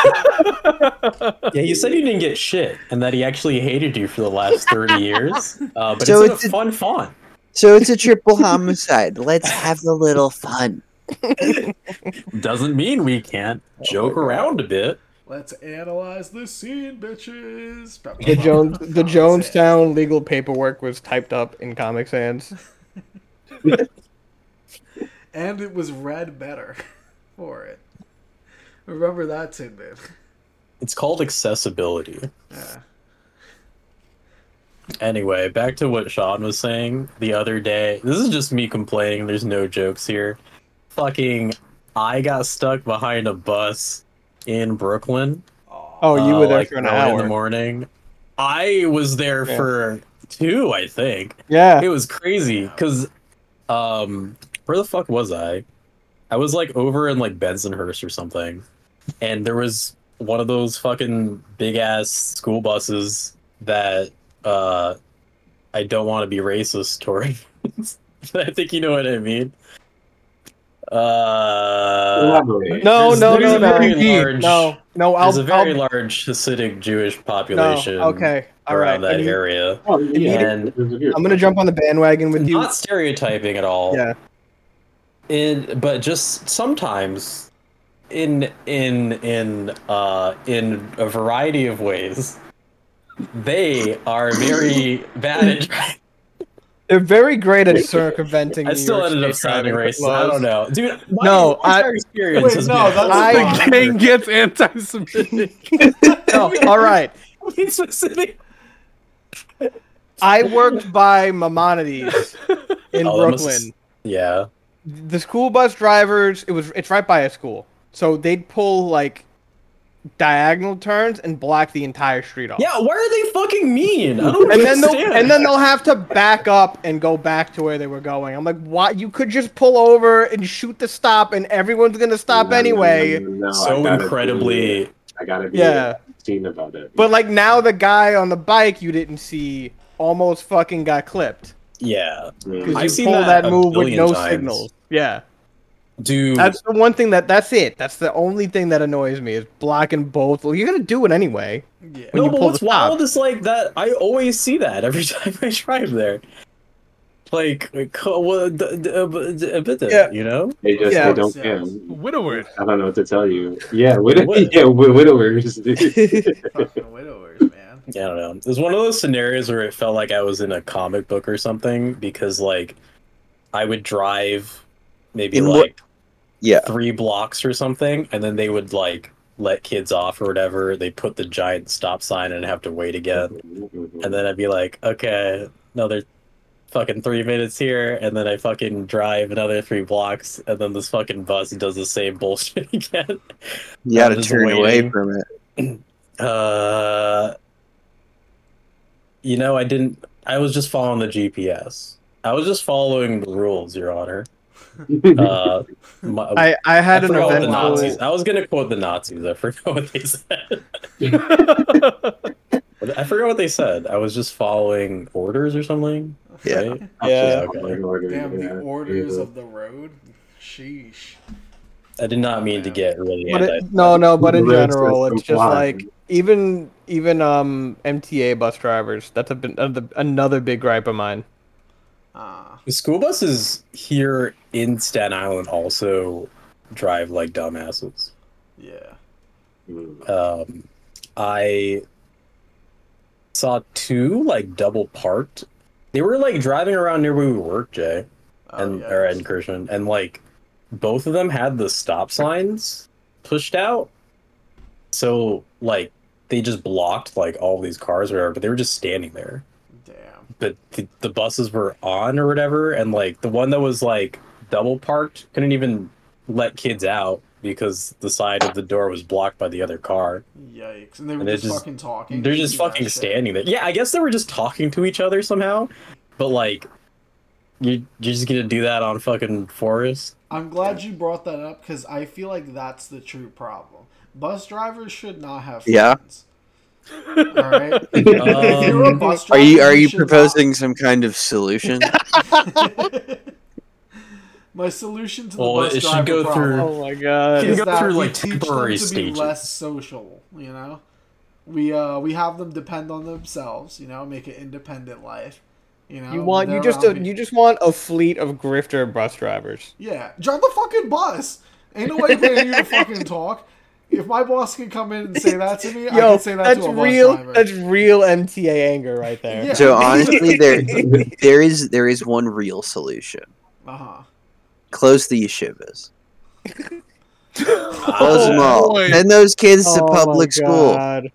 Speaker 2: you said you didn't get shit and that he actually hated you for the last 30 years. Uh, but
Speaker 5: So
Speaker 2: it's
Speaker 5: it's
Speaker 2: in
Speaker 5: a-
Speaker 2: a fun font.
Speaker 5: So it's a triple homicide. Let's have a little fun.
Speaker 2: Doesn't mean we can't joke
Speaker 5: Oh,
Speaker 2: around a bit.
Speaker 3: Let's analyze this scene, bitches.
Speaker 1: The Jones, the
Speaker 3: Comic Sans.
Speaker 1: Jonestown legal paperwork was typed up in Comic Sans.
Speaker 3: and it was read better for it. Remember that tidbit.
Speaker 2: It's called accessibility.
Speaker 3: Yeah.
Speaker 2: Anyway, back to what Sean was saying the other day. This is just me complaining. There's no jokes here. Fucking, I got stuck behind a bus in Brooklyn.
Speaker 1: Oh, you
Speaker 2: uh,
Speaker 1: were there
Speaker 2: like,
Speaker 1: for an
Speaker 2: early in the
Speaker 1: hour.
Speaker 2: morning. I was there
Speaker 1: Yeah.
Speaker 2: for two, I think.
Speaker 1: Yeah.
Speaker 2: It was crazy because, um, where the fuck was I? I was like over in like Bensonhurst or something, and there was one of those fucking big ass school buses that uh, I don't want to be racist toward. I think you know what I mean. Uh,
Speaker 4: elaborate.
Speaker 1: No,
Speaker 2: there's-
Speaker 1: no,
Speaker 2: there's
Speaker 1: no,
Speaker 2: a
Speaker 1: no,
Speaker 2: very
Speaker 6: Indeed.
Speaker 2: large-
Speaker 1: no, no. I'll,
Speaker 2: There's a very
Speaker 1: I'll,
Speaker 2: large Hasidic Jewish
Speaker 1: no.
Speaker 2: population
Speaker 1: Okay. All right.
Speaker 2: around that
Speaker 1: I need-
Speaker 2: area.
Speaker 4: Oh,
Speaker 1: need
Speaker 4: yeah.
Speaker 2: it.
Speaker 1: I'm gonna jump on the bandwagon with you.
Speaker 2: Not stereotyping at all.
Speaker 1: Yeah.
Speaker 2: in but just sometimes in in in uh in a variety of ways they are very bad at driving.
Speaker 1: They're very great at circumventing.
Speaker 2: I
Speaker 1: New
Speaker 2: still
Speaker 1: York
Speaker 2: ended up
Speaker 1: State
Speaker 2: sounding
Speaker 1: traffic
Speaker 2: racist. I don't
Speaker 1: laws.
Speaker 2: know. Dude, my
Speaker 1: No,
Speaker 2: entire
Speaker 1: I-
Speaker 2: experience
Speaker 3: Wait,
Speaker 2: has
Speaker 3: no,
Speaker 2: been
Speaker 3: that's
Speaker 1: I-
Speaker 6: The gang gets anti-Semitic.
Speaker 1: No, all right.
Speaker 2: It's specific.
Speaker 1: I worked by Maimonides in
Speaker 2: Oh, that must-
Speaker 1: Brooklyn.
Speaker 2: Yeah.
Speaker 1: The school bus drivers. It was. It's right by a school, so they'd pull like diagonal turns and block the entire street off.
Speaker 2: Yeah, why are they fucking mean? I don't
Speaker 1: and then they'll
Speaker 2: understand.
Speaker 1: and then they'll have to back up and go back to where they were going. I'm like, why? You could just pull over and shoot the stop, and everyone's gonna stop
Speaker 4: No, no,
Speaker 1: anyway.
Speaker 4: no, no, no, I
Speaker 2: so
Speaker 4: gotta be-
Speaker 2: incredibly
Speaker 4: I gotta be
Speaker 1: Yeah,
Speaker 4: seen about it.
Speaker 1: but like now the guy on the bike you didn't see almost fucking got clipped
Speaker 2: yeah.
Speaker 4: Mm.
Speaker 1: because
Speaker 2: I've
Speaker 1: you
Speaker 2: seen
Speaker 1: pull
Speaker 2: that
Speaker 1: that,
Speaker 2: a
Speaker 1: move with
Speaker 2: billion
Speaker 1: no
Speaker 2: times.
Speaker 1: signals. Yeah,
Speaker 2: Dude,
Speaker 1: that's the one thing that that's it. That's the only thing that annoys me is blocking both. Well, you're gonna do it anyway.
Speaker 3: Yeah.
Speaker 2: no,
Speaker 1: when you
Speaker 2: but
Speaker 1: pull
Speaker 2: what's
Speaker 1: the stop.
Speaker 2: wild is like that. I always see that every time I drive there. like, co- well, d- d- uh, b- d- a bit of,
Speaker 1: Yeah.
Speaker 2: you know?
Speaker 4: They just
Speaker 1: Yeah.
Speaker 4: they don't
Speaker 3: Yeah.
Speaker 4: care.
Speaker 6: Widower.
Speaker 4: I don't know what to tell you. Yeah, wid-
Speaker 2: What?
Speaker 4: yeah, wi- widowers. dude.
Speaker 3: Fucking widowers, man.
Speaker 2: I don't know. It was one of those scenarios where it felt like I was in a comic book or something because, like, I would drive maybe
Speaker 5: In what-
Speaker 2: like
Speaker 5: Yeah.
Speaker 2: three blocks or something, and then they would like let kids off or whatever. They put the giant stop sign and have to wait again. And then I'd be like, okay, another fucking three minutes here, and then I fucking drive another three blocks, and then this fucking bus does the same bullshit again.
Speaker 5: You gotta
Speaker 2: Just
Speaker 5: turn away
Speaker 2: waiting.
Speaker 5: from it.
Speaker 2: Uh, you know, I didn't. I was just following the GPS. I was just following the rules, Your Honor. Uh, my,
Speaker 1: I, I had an
Speaker 2: forgot what the
Speaker 1: eventful.
Speaker 2: Nazis. I was gonna quote the Nazis. I forgot what they said. I forgot what they said. I was just following orders or something.
Speaker 5: Yeah.
Speaker 2: right?
Speaker 1: Yeah.
Speaker 2: Okay.
Speaker 4: Order,
Speaker 3: Damn
Speaker 4: yeah.
Speaker 3: the orders
Speaker 4: Yeah.
Speaker 3: of the road. Sheesh.
Speaker 2: I did not mean to get really.
Speaker 1: But
Speaker 2: anti-
Speaker 1: it, no, no. But in
Speaker 4: Roads that
Speaker 1: general, it's just
Speaker 4: comply.
Speaker 1: like even even um MTA bus drivers. That's a bit, another- another big gripe of mine.
Speaker 3: Ah,
Speaker 2: the school buses here in Staten Island also drive like dumbasses.
Speaker 3: yeah.
Speaker 4: Mm.
Speaker 2: um, I saw two like double parked. They were like driving around near where we work, Jay,
Speaker 3: Oh,
Speaker 2: and
Speaker 3: yeah.
Speaker 2: or in Kirshman, and like both of them had the stop signs pushed out. So like they just blocked like all these cars or whatever, but they were just standing there
Speaker 3: Damn.
Speaker 2: but the, the buses were on or whatever and like the one that was like double parked couldn't even let kids out because the side of the door was blocked by the other car
Speaker 3: Yikes. And they were
Speaker 2: And they're
Speaker 3: just,
Speaker 2: just-
Speaker 3: fucking talking.
Speaker 2: they're just
Speaker 3: Yeah,
Speaker 2: fucking
Speaker 3: shit.
Speaker 2: standing there yeah i guess they were just talking to each other somehow but like you, you're just gonna do that on fucking forest
Speaker 3: I'm glad you brought that up because I feel like that's the true problem. Bus drivers should not have
Speaker 5: Yeah.
Speaker 3: friends. All right.
Speaker 2: Um,
Speaker 3: If you're a bus
Speaker 5: Are
Speaker 3: driver,
Speaker 5: you are you
Speaker 3: should not-
Speaker 5: proposing some kind of solution?
Speaker 3: My solution to the
Speaker 2: Well,
Speaker 3: bus
Speaker 2: it should
Speaker 3: driver
Speaker 2: go
Speaker 3: problem
Speaker 2: through-
Speaker 1: Oh my god.
Speaker 2: Can
Speaker 3: is
Speaker 2: go
Speaker 3: that
Speaker 2: through,
Speaker 3: we
Speaker 2: like,
Speaker 3: teach them
Speaker 2: temporary
Speaker 3: to
Speaker 2: stages.
Speaker 3: be less social. You know, we uh we have them depend on themselves. You know, make an independent life. You know,
Speaker 1: You want you
Speaker 3: they're
Speaker 1: just
Speaker 3: around
Speaker 1: a,
Speaker 3: people.
Speaker 1: you just want a fleet of grifter bus drivers.
Speaker 3: Yeah, drive the fucking bus. Ain't nobody paying you to fucking talk. If my boss can come in and say that to me, I
Speaker 1: Yo,
Speaker 3: can say that
Speaker 1: that's
Speaker 3: to a bus
Speaker 1: real.
Speaker 3: driver.
Speaker 1: That's real MTA anger right there.
Speaker 3: Yeah.
Speaker 5: so honestly, there there is there is one real solution.
Speaker 3: Uh huh.
Speaker 5: Close the yeshivas. Close
Speaker 2: Uh,
Speaker 5: them all.
Speaker 6: boy.
Speaker 5: Send those kids to
Speaker 1: Oh my
Speaker 5: public school.
Speaker 1: God.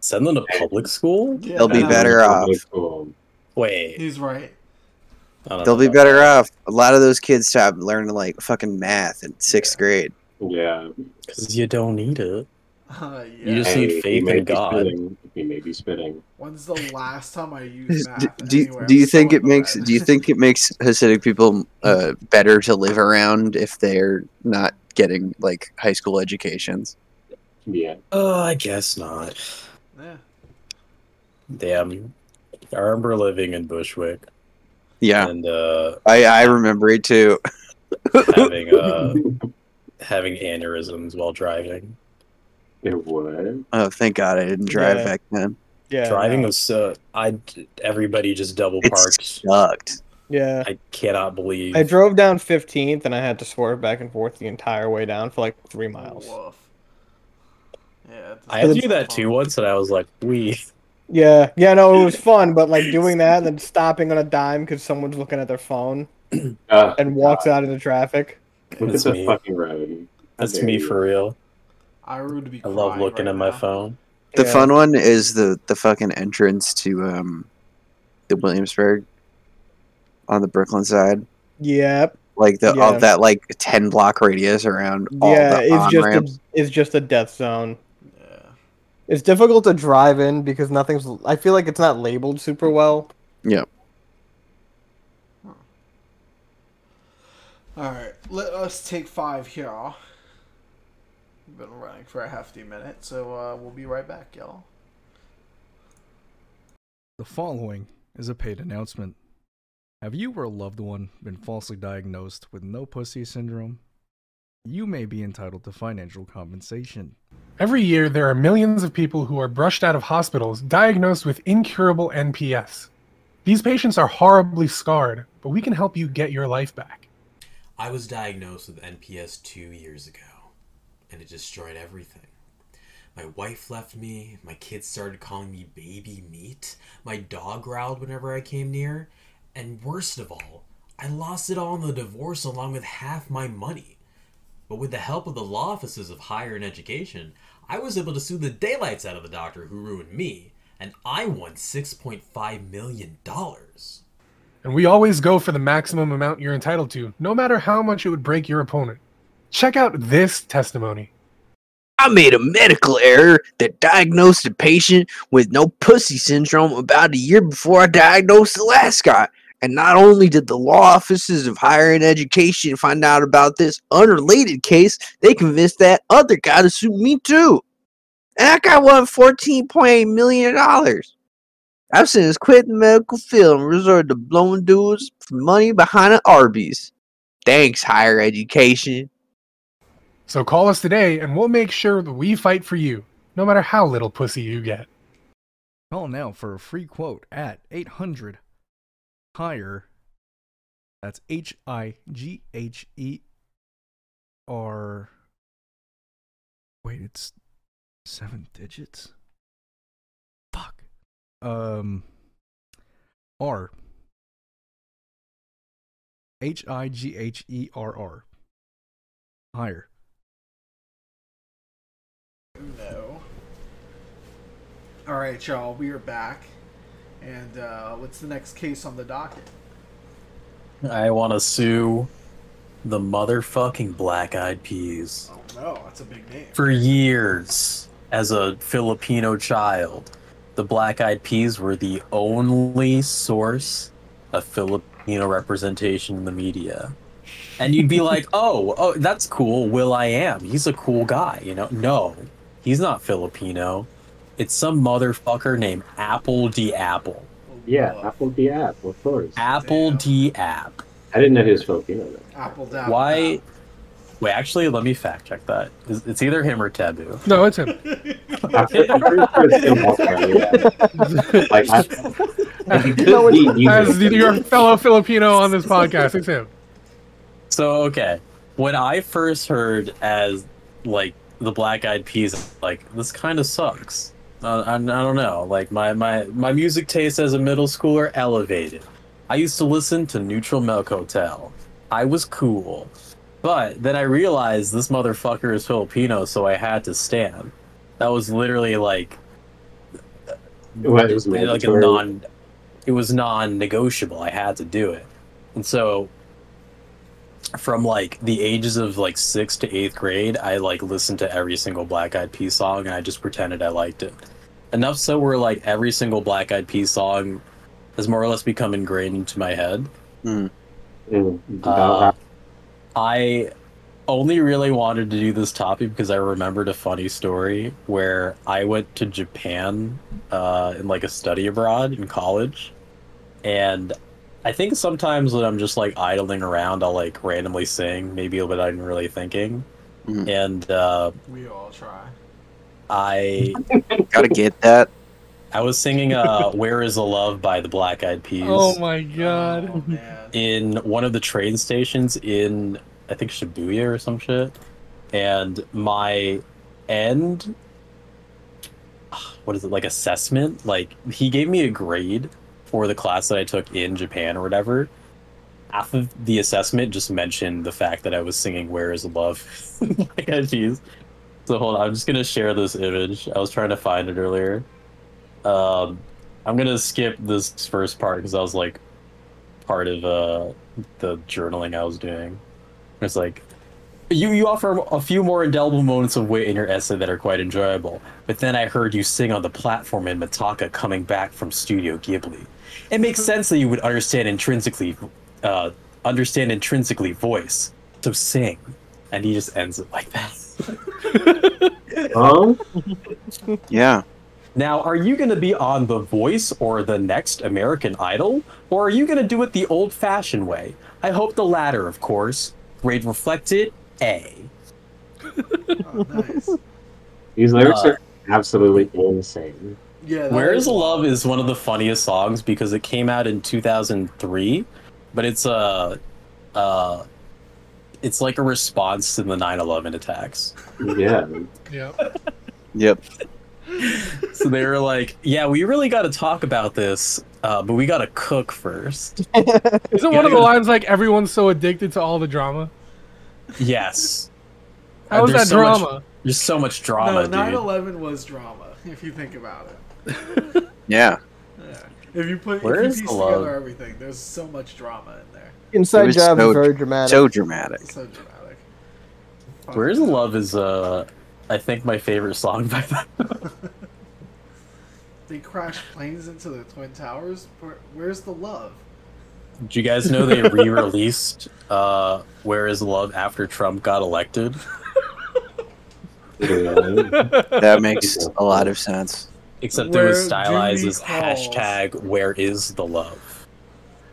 Speaker 2: send them to public school
Speaker 3: Yeah,
Speaker 5: They'll be
Speaker 3: no,
Speaker 5: better off.
Speaker 4: Cool.
Speaker 2: wait
Speaker 3: He's right.
Speaker 2: I don't
Speaker 5: They'll
Speaker 2: know.
Speaker 5: be better off. A lot of those kids stop learning like fucking math in sixth grade.
Speaker 4: Yeah.
Speaker 2: 'Cause you don't need it
Speaker 3: Uh, yeah.
Speaker 2: You just- need
Speaker 4: he
Speaker 2: faith
Speaker 4: may
Speaker 2: in
Speaker 4: be
Speaker 2: God.
Speaker 4: spitting. He may be spitting.
Speaker 3: When's the last time I used
Speaker 5: Is-
Speaker 3: math?
Speaker 5: d- Do, you-
Speaker 3: anywhere?
Speaker 5: do you
Speaker 3: I'm so
Speaker 5: think it
Speaker 3: annoyed.
Speaker 5: makes do you think it makes Hasidic people uh, better to live around if they're not getting like high school educations?
Speaker 4: Yeah.
Speaker 2: oh i guess not
Speaker 3: yeah.
Speaker 2: damn i remember living in bushwick
Speaker 5: Yeah,
Speaker 2: and uh
Speaker 5: I, I remember it too.
Speaker 2: having uh having aneurysms while driving.
Speaker 4: It would.
Speaker 5: Oh, thank God I didn't drive
Speaker 1: Yeah.
Speaker 5: back then.
Speaker 1: Yeah.
Speaker 2: driving
Speaker 1: no.
Speaker 2: was so I everybody just double
Speaker 5: It's-
Speaker 2: parked.
Speaker 5: Sucked.
Speaker 1: Yeah.
Speaker 2: I cannot believe
Speaker 1: I drove down 15th and I had to swerve back and forth the entire way down for like three miles.
Speaker 3: Woof. Yeah.
Speaker 2: I had to do that too once, and I was like, "We,
Speaker 1: Yeah, yeah, no, it was fun, but like doing that and then stopping on a dime because someone's looking at their phone
Speaker 4: Uh,
Speaker 1: and walks out into traffic.
Speaker 4: look at
Speaker 2: That's
Speaker 4: the
Speaker 2: me.
Speaker 4: fucking road. How
Speaker 2: that's
Speaker 4: dare
Speaker 2: me
Speaker 4: you.
Speaker 2: for real."
Speaker 3: I would be.
Speaker 2: I love
Speaker 3: crying
Speaker 2: looking
Speaker 3: right
Speaker 2: at my
Speaker 3: now.
Speaker 2: phone.
Speaker 5: The
Speaker 1: Yeah.
Speaker 5: fun one is the the fucking entrance to um the Williamsburg on the Brooklyn side.
Speaker 1: Yep.
Speaker 5: Like the
Speaker 1: Yeah.
Speaker 5: all that like ten block radius around all
Speaker 1: yeah,
Speaker 5: Oh, the on
Speaker 1: it's just
Speaker 5: ramps.
Speaker 1: a, it's just a death zone.
Speaker 3: Yeah.
Speaker 1: It's difficult to drive in because nothing's. I feel like it's not labeled super well.
Speaker 3: All right, let us take five here. We've been running for a hefty minute, so uh, we'll be right back, y'all.
Speaker 7: The following is a paid announcement. Have you or a loved one been falsely diagnosed with no pussy syndrome? You may be entitled to financial compensation.
Speaker 6: Every year, there are millions of people who are brushed out of hospitals diagnosed with incurable NPS. These patients are horribly scarred, but we can help you get your life back.
Speaker 8: I was diagnosed with NPS two years ago, and it destroyed everything. My wife left me, my kids started calling me baby meat, my dog growled whenever I came near, and worst of all, I lost it all in the divorce along with half my money. But with the help of the law offices of higher and education, I was able to sue the daylights out of the doctor who ruined me, and I won $6.5 million.
Speaker 6: And we always go for the maximum amount you're entitled to, no matter how much it would break your opponent. Check out this testimony.
Speaker 5: I made a medical error that diagnosed a patient with no pussy syndrome about a year before I diagnosed the last guy. And not only did the law offices of higher ed education find out about this unrelated case, they convinced that other guy to sue me too. And that guy won fourteen point eight million dollars. I've since quit the medical field and resorted to blowing dudes for money behind an Arby's. Thanks, higher education.
Speaker 6: So call us today and we'll make sure that we fight for you, no matter how little pussy you get.
Speaker 7: Call now for a free quote at 800 Hire. That's H I G H E R. Wait, it's seven digits? Fuck. Um. R. H I G H E R R. Hire.
Speaker 3: No. All right, y'all. We are back. And uh, what's the next case on the docket?
Speaker 2: I want to sue the motherfucking Black Eyed Peas.
Speaker 3: Oh no, that's a big name.
Speaker 2: For years, as a Filipino child, the Black Eyed Peas were the only source of Filipino representation in the media. And you'd be like, "Oh, oh, that's cool. Will I am. He's a cool guy, you know." No, he's not Filipino. It's some motherfucker named Apple D Apple.
Speaker 4: Yeah,
Speaker 2: Uh,
Speaker 3: Love.
Speaker 4: Apple the app, of course.
Speaker 2: Apple
Speaker 3: Damn.
Speaker 2: D App.
Speaker 4: I didn't know he was Filipino though.
Speaker 3: Apple down.
Speaker 2: Why? Wait, actually, let me fact check that. It's it's either him or Taboo.
Speaker 6: No, it's him.
Speaker 4: I'm pretty, I'm pretty sure it's him also, yeah. Like, I, it could be either
Speaker 6: As
Speaker 4: of
Speaker 6: the-
Speaker 4: them.
Speaker 6: your fellow Filipino on this podcast, it's him.
Speaker 2: So okay, when I first heard as like the Black Eyed Peas, like this kind of sucks. Uh, I, I don't know. Like my my my music taste as a middle schooler elevated. I used to listen to Neutral Milk Hotel. I was cool, but then I realized this motherfucker is Filipino, so I had to stand. That was literally like
Speaker 4: Well, it was
Speaker 2: like a
Speaker 4: mandatory.
Speaker 2: non it was non-negotiable i had to do it and so from like the ages of like sixth to eighth grade i like listened to every single black eyed peas song and i just pretended i liked it enough so where like every single black eyed peas song has more or less become ingrained into my head
Speaker 4: Mm,
Speaker 2: Uh, I only really wanted to do this topic because I remembered a funny story where I went to Japan uh, in like a study abroad in college, and I think sometimes when I'm just like idling around, I'll like randomly sing, maybe a bit I'm really thinking,
Speaker 5: Mm.
Speaker 2: and uh,
Speaker 3: We all try.
Speaker 2: I
Speaker 5: Gotta get that.
Speaker 2: I was singing uh, "Where Is the Love" by the Black Eyed Peas.
Speaker 6: Oh my
Speaker 3: Oh,
Speaker 6: god.
Speaker 3: man.
Speaker 2: in one of the train stations in I think Shibuya or some shit, and my end. What is it like assessment? Like he gave me a grade for the class that I took in Japan or whatever. Half of the assessment just mentioned the fact that I was singing "Where Is Love." like, jeez. So hold on, I'm just gonna share this image. I was trying to find it earlier. Um, I'm gonna skip this first part because I was like part of uh, the journaling I was doing. It's like you you offer a few more indelible moments of wit in your essay that are quite enjoyable. But then I heard you sing on the platform in Mataka coming back from Studio Ghibli. It makes sense that you would understand intrinsically, uh, understand intrinsically voice. So sing, and he just ends it like that.
Speaker 4: um,
Speaker 5: Yeah.
Speaker 2: Now, are you going to be on The Voice or the next American Idol? Or are you going to do it the old fashioned way? I hope the latter, of course. Grade reflected A.
Speaker 3: Oh, nice.
Speaker 4: these lyrics
Speaker 2: Uh,
Speaker 4: are absolutely insane.
Speaker 3: Yeah. that
Speaker 2: Where
Speaker 3: was-
Speaker 2: is Love is one of the funniest songs because it came out in 2003, but it's a, uh, it's like a response to the 9/11 attacks.
Speaker 4: Yeah.
Speaker 6: Yeah.
Speaker 5: Yep.
Speaker 2: So they were like, "Yeah, we really got to talk about this, uh, but we got to cook first.
Speaker 6: Isn't
Speaker 2: Yeah,
Speaker 6: one of the
Speaker 2: yeah.
Speaker 6: lines like everyone's so addicted to all the drama?
Speaker 2: Yes, Uh,
Speaker 6: How is
Speaker 2: there's
Speaker 6: that
Speaker 2: so much-
Speaker 6: drama?
Speaker 2: there's so much
Speaker 3: No,
Speaker 2: drama,
Speaker 3: nine
Speaker 2: dude.
Speaker 3: eleven was drama. If you think about it.
Speaker 5: Yeah.
Speaker 3: Yeah. If you put
Speaker 2: Where
Speaker 3: if
Speaker 2: is
Speaker 3: you piece
Speaker 2: the love?
Speaker 3: together everything, there's so much drama in there.
Speaker 5: It
Speaker 1: Inside
Speaker 5: was
Speaker 1: job
Speaker 5: so-
Speaker 1: is very dramatic.
Speaker 5: So dramatic.
Speaker 3: It's so dramatic. Fuck
Speaker 2: Where is
Speaker 3: yeah.
Speaker 2: Love is uh, I think my favorite song by them.
Speaker 3: They crash planes into the twin towers. Where, where's the love?
Speaker 2: Do you guys know they re-released uh, "Where Is Love" after Trump got elected?
Speaker 4: Really?
Speaker 5: That makes a lot of sense.
Speaker 2: Except it
Speaker 3: Where
Speaker 2: was stylized
Speaker 3: Jimmy
Speaker 2: as
Speaker 3: calls.
Speaker 2: hashtag where is the love.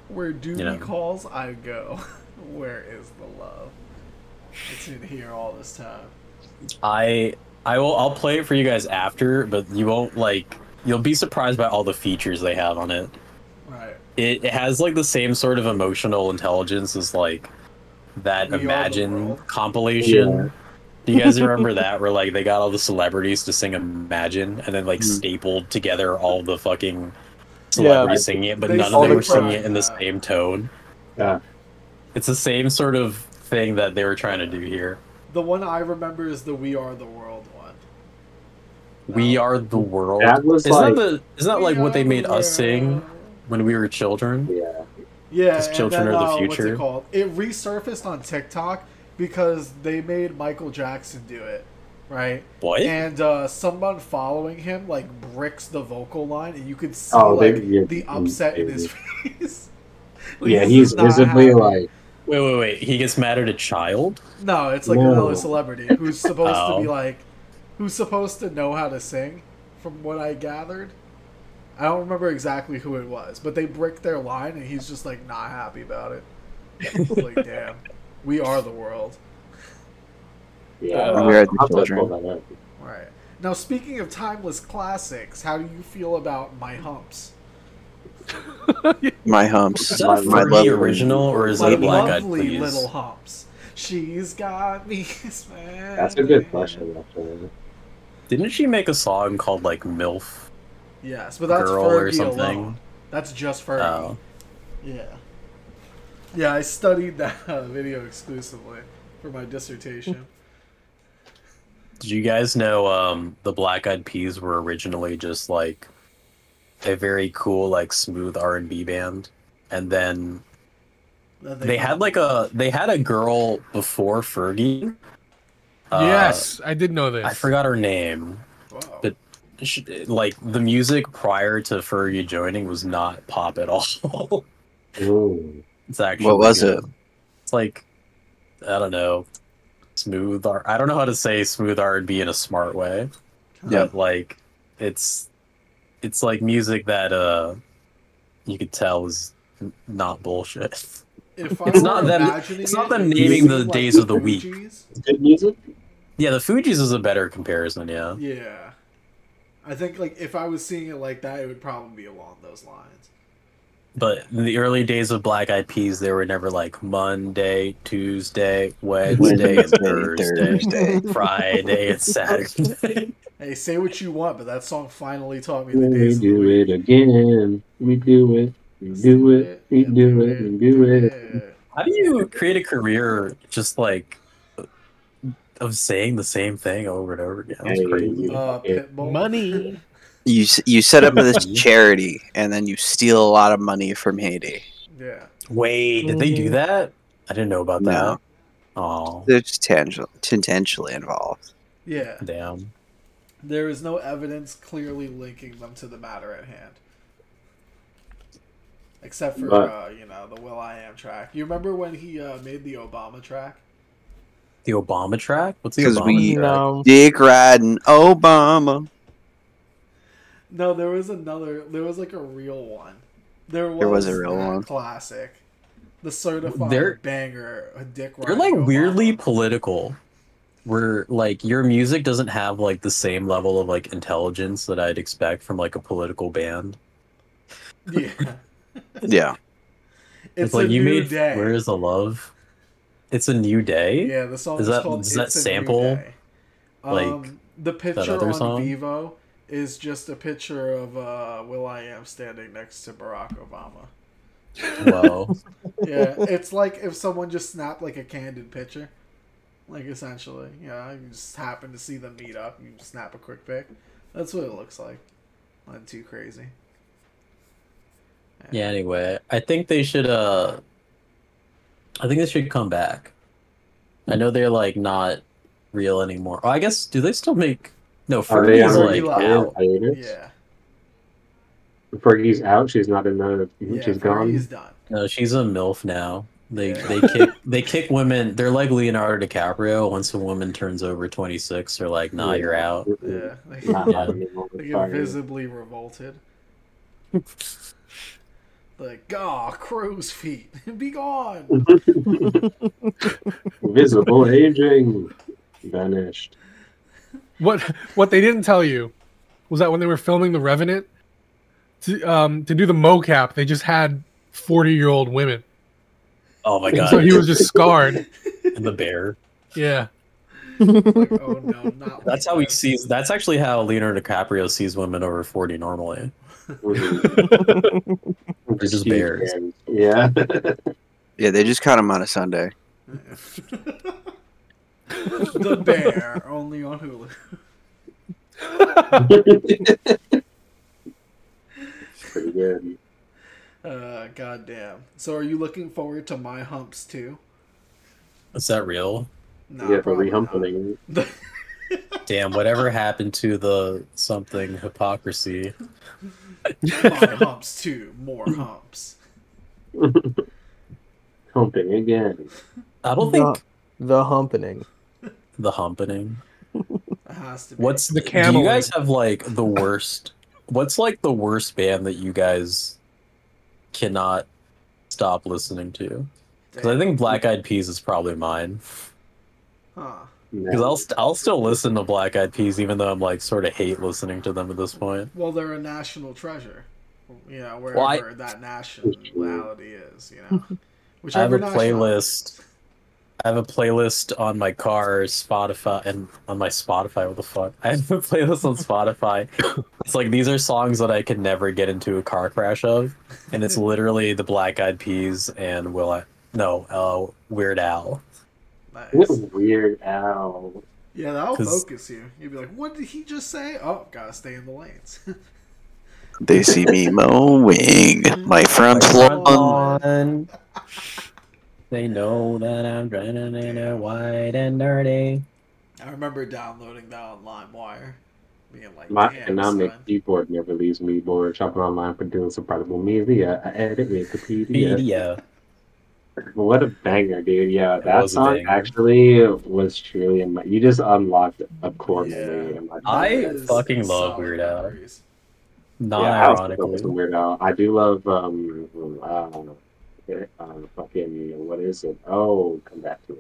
Speaker 3: Where Doobie
Speaker 2: Yeah.
Speaker 3: calls, I go. Where is the love? It's in here all this time.
Speaker 2: I I will I'll play it for you guys after, but you won't like you'll be surprised by all the features they have on it.
Speaker 3: Right.
Speaker 2: It, it has like the same sort of emotional intelligence as like that
Speaker 3: We Are the
Speaker 2: Imagine
Speaker 3: World.
Speaker 2: compilation.
Speaker 4: Yeah.
Speaker 2: Do you guys remember that where like they got all the celebrities to sing Imagine and then like
Speaker 4: Hmm.
Speaker 5: Mhm.
Speaker 2: stapled together all the fucking celebrities singing it, but
Speaker 3: they
Speaker 2: none of them
Speaker 1: sing
Speaker 2: were singing it in the
Speaker 3: that.
Speaker 2: same tone.
Speaker 4: Yeah.
Speaker 2: It's the same sort of thing that they were trying to do here.
Speaker 3: The one I remember is the We Are the World one.
Speaker 2: We are the world.
Speaker 4: That was
Speaker 2: isn't
Speaker 4: like,
Speaker 2: that the isn't that
Speaker 3: We
Speaker 2: like what
Speaker 3: are
Speaker 2: they
Speaker 3: the
Speaker 2: made us sing
Speaker 3: world.
Speaker 2: when we were children?
Speaker 4: yeah.
Speaker 3: Yeah,
Speaker 2: As
Speaker 3: and
Speaker 2: Children
Speaker 3: then,
Speaker 2: of the
Speaker 3: uh, What's
Speaker 2: Future.
Speaker 3: it called? It resurfaced on TikTok because they made Michael Jackson do it, right?
Speaker 2: What?
Speaker 3: And uh, someone following him like bricks the vocal line, and you could see
Speaker 4: Oh, they-
Speaker 3: like
Speaker 4: yeah,
Speaker 3: the upset in his
Speaker 4: yeah.
Speaker 3: face. Like,
Speaker 4: Yeah,
Speaker 3: this
Speaker 4: he's
Speaker 3: is not
Speaker 4: visibly
Speaker 3: happy.
Speaker 4: like,
Speaker 2: Wait, wait, wait. He gets mad at a child?
Speaker 3: no, it's like
Speaker 4: No.
Speaker 3: another celebrity who's supposed to be
Speaker 2: Oh.
Speaker 3: like, who's supposed to know how to sing, from what I gathered. I don't remember exactly who it was, but they bricked their line, and he's just like not happy about it. It's like, damn, we are the world.
Speaker 4: yeah.
Speaker 2: Uh,
Speaker 5: we are the
Speaker 4: I'll have to
Speaker 5: children.
Speaker 4: pull that up.
Speaker 3: Right. Now, speaking of timeless classics, how do you feel about My Humps?
Speaker 5: My humps.
Speaker 2: Is
Speaker 5: My,
Speaker 2: that
Speaker 5: my
Speaker 2: a free
Speaker 5: lovely-
Speaker 2: original or is
Speaker 3: My
Speaker 2: that Black Eyed
Speaker 3: lovely
Speaker 2: Peas?
Speaker 3: little humps. She's got me smiling.
Speaker 4: That's a good question, actually.
Speaker 2: Didn't she make a song called like MILF
Speaker 3: Yes, but that's
Speaker 2: Girl or
Speaker 3: Fergie
Speaker 2: something?
Speaker 3: alone. That's just Fergie.
Speaker 2: Oh.
Speaker 3: Yeah. Yeah, I studied that uh, video exclusively for my dissertation.
Speaker 2: Did you guys know um, the Black Eyed Peas were originally just like a very cool, like smooth R and B band, and then
Speaker 3: That
Speaker 2: they had like a they had a girl before Fergie. Uh,
Speaker 6: yes, I did know this.
Speaker 2: I forgot her name.
Speaker 3: Whoa.
Speaker 2: but- She, like the music prior to Fergie joining was not pop at all.
Speaker 4: Ooh.
Speaker 2: it's actually
Speaker 5: What was
Speaker 2: good.
Speaker 5: it?
Speaker 2: It's like I don't know, smooth R. I don't know how to say smooth R and B in a smart way.
Speaker 5: Yeah.
Speaker 2: but like it's it's like music that uh you could tell is n- not bullshit
Speaker 3: If
Speaker 2: it's
Speaker 3: were
Speaker 2: not them-
Speaker 3: imagining
Speaker 2: it's not them
Speaker 3: it would
Speaker 2: naming
Speaker 3: seem
Speaker 2: the
Speaker 3: like
Speaker 2: days of the week.
Speaker 3: Fugees.
Speaker 4: Good music?
Speaker 2: yeah the fuji's is a better comparison yeah
Speaker 3: Yeah. I think like if I was seeing it like that, it would probably be along those lines.
Speaker 2: but in the early days of black eyed peas they were never like monday tuesday wednesday and thursday
Speaker 5: Thursday.
Speaker 2: friday and saturday
Speaker 3: Hey, say what you want, but that song finally taught me the
Speaker 4: We
Speaker 3: days of the
Speaker 4: do
Speaker 3: week.
Speaker 4: it again. We do it. We do it. We do it. We do it.
Speaker 2: how do you create a career just like of saying the same thing over and over again that's
Speaker 4: Hey,
Speaker 2: crazy
Speaker 4: you
Speaker 3: Uh,
Speaker 4: fucking-
Speaker 3: Pitbull.
Speaker 6: Money.
Speaker 5: You s- you set up this
Speaker 2: Mhm.
Speaker 5: charity and then you steal a lot of money from Haiti.
Speaker 3: Yeah.
Speaker 2: Wait, did they do that? I didn't know about
Speaker 5: Mm. No.
Speaker 2: that. Oh,
Speaker 5: There's tangential, tangentially involved.
Speaker 3: Yeah.
Speaker 2: damn.
Speaker 3: There is no evidence clearly linking them to the matter at hand. Except for,
Speaker 4: But-
Speaker 3: uh, you know, the Will I Am track. You remember when he uh, made the Obama track?
Speaker 2: The Obama track? What's the
Speaker 5: 'Cause
Speaker 2: Obama
Speaker 5: we-
Speaker 2: track?
Speaker 1: No.
Speaker 5: Dick riding Obama.
Speaker 3: No, there was another. There was like a real one. There was,
Speaker 5: There was a real
Speaker 3: that
Speaker 5: one.
Speaker 3: Classic. The certified
Speaker 2: They're-
Speaker 3: banger, a dick
Speaker 2: They're
Speaker 3: riding
Speaker 2: like
Speaker 3: Obama.
Speaker 2: weirdly political. where like your music doesn't have like the same level of like intelligence that I'd expect from like a political band.
Speaker 3: Yeah.
Speaker 5: Yeah.
Speaker 3: It's,
Speaker 2: It's,
Speaker 3: a
Speaker 2: like you
Speaker 3: new
Speaker 2: made
Speaker 3: day.
Speaker 2: Where is the love? It's a new day.
Speaker 3: Yeah, the song
Speaker 2: Does
Speaker 3: is
Speaker 2: that-
Speaker 3: called
Speaker 2: does that
Speaker 3: It's a New
Speaker 2: sample,
Speaker 3: Day.
Speaker 2: like,
Speaker 3: um, the picture
Speaker 2: other
Speaker 3: on
Speaker 2: song?
Speaker 3: Vivo is just a picture of uh, Will I Am standing next to Barack Obama.
Speaker 2: Wow.
Speaker 3: Yeah, it's like if someone just snapped like a candid picture, like essentially. You know, you just happen to see them meet up, you snap a quick pic. That's what it looks like. Not too crazy.
Speaker 2: yeah. Anyway, I think they should. Uh, I think they should come back. I know they're like not real anymore. Oh, I guess do they still make? No,
Speaker 4: Are they
Speaker 2: Fergie's
Speaker 4: on
Speaker 2: like
Speaker 3: Fergie Live?
Speaker 2: out.
Speaker 4: hiatus?
Speaker 3: Yeah.
Speaker 4: Fergie's out. She's not in the.
Speaker 3: yeah
Speaker 4: she's gone.
Speaker 3: He's done.
Speaker 2: No, she's a milf now. They
Speaker 3: Yeah.
Speaker 2: they kick they kick women. They're like Leonardo DiCaprio. Once a woman turns over twenty six, they're like, nah, you're out.
Speaker 3: Yeah.
Speaker 4: Not
Speaker 3: Like,
Speaker 4: having it on the
Speaker 3: like
Speaker 4: fire.
Speaker 3: visibly revolted. Like, ah, crow's feet. Be gone.
Speaker 4: Visible aging. Vanished.
Speaker 6: What what they didn't tell you was that when they were filming The Revenant, to, um, to do the mocap, they just had forty year old women,
Speaker 2: Oh my
Speaker 6: so
Speaker 2: god,
Speaker 6: he was just scarred.
Speaker 2: and the bear.
Speaker 6: Yeah,
Speaker 3: Like, oh no, not like
Speaker 2: That's how he
Speaker 3: that.
Speaker 2: sees. That's actually how Leonardo DiCaprio sees women over forty normally. They're just bears.
Speaker 4: Yeah.
Speaker 5: Yeah, they just caught him on a Sunday.
Speaker 3: the bear only on Hulu.
Speaker 4: Pretty good.
Speaker 3: Uh, goddamn. So, are you looking forward to my humps too?
Speaker 2: Is that real?
Speaker 3: No,
Speaker 4: yeah, for
Speaker 3: probably
Speaker 4: rehumping.
Speaker 3: not.
Speaker 2: Damn, whatever happened to the something hypocrisy?
Speaker 3: my humps too. More humps.
Speaker 4: Humping again.
Speaker 2: I don't think
Speaker 1: The humpening.
Speaker 2: the humping.
Speaker 3: It has to be.
Speaker 2: What's
Speaker 6: The
Speaker 2: Do
Speaker 6: camel.
Speaker 2: you guys have like the worst? What's like the worst band that you guys cannot stop listening to? Because I think Black Eyed Peas is probably mine.
Speaker 3: Huh.
Speaker 2: Because
Speaker 4: No.
Speaker 2: I'll st- I'll still listen to Black Eyed Peas, even though I'm like sort of hate listening to them at this point.
Speaker 3: Well, they're a national treasure. You know, wherever
Speaker 2: Well, I-
Speaker 3: that nationality is, you know.
Speaker 2: I have
Speaker 3: Whichever
Speaker 2: a
Speaker 3: national-
Speaker 2: playlist. I have a playlist on my car, Spotify, and on my Spotify. What the fuck? I have a playlist on Spotify. it's like these are songs that I could never get into a car crash of, and it's literally the Black Eyed Peas and Will I? No, uh, Weird Al.
Speaker 4: What a
Speaker 3: Nice.
Speaker 4: weird owl.
Speaker 3: Yeah, that'll
Speaker 2: 'Cause-
Speaker 3: focus you. You'll be like, what did he just say? Oh, gotta stay in the lanes.
Speaker 5: They see me mowing my front's lawn.
Speaker 2: on. They know that I'm drowning in a white and dirty.
Speaker 3: I remember downloading that on LimeWire. Being like,
Speaker 4: My
Speaker 3: damn,
Speaker 4: economic
Speaker 3: son.
Speaker 4: keyboard never leaves me bored. Shopping online for doing some prodigal media. I edit Wikipedia.
Speaker 2: Media.
Speaker 4: What a banger, dude! Yeah,
Speaker 2: It
Speaker 4: that
Speaker 2: was a
Speaker 4: song
Speaker 2: banger.
Speaker 4: actually was truly in my. You just unlocked a core
Speaker 3: Yeah.
Speaker 4: memory in my.
Speaker 2: I
Speaker 3: That is
Speaker 2: fucking love
Speaker 3: solid
Speaker 2: Weird Al.
Speaker 3: memories.
Speaker 2: Not
Speaker 4: yeah, I also thought it was a
Speaker 2: ironically.
Speaker 4: weird owl. I do love um, um, um, fucking what is it? Oh, come back to me.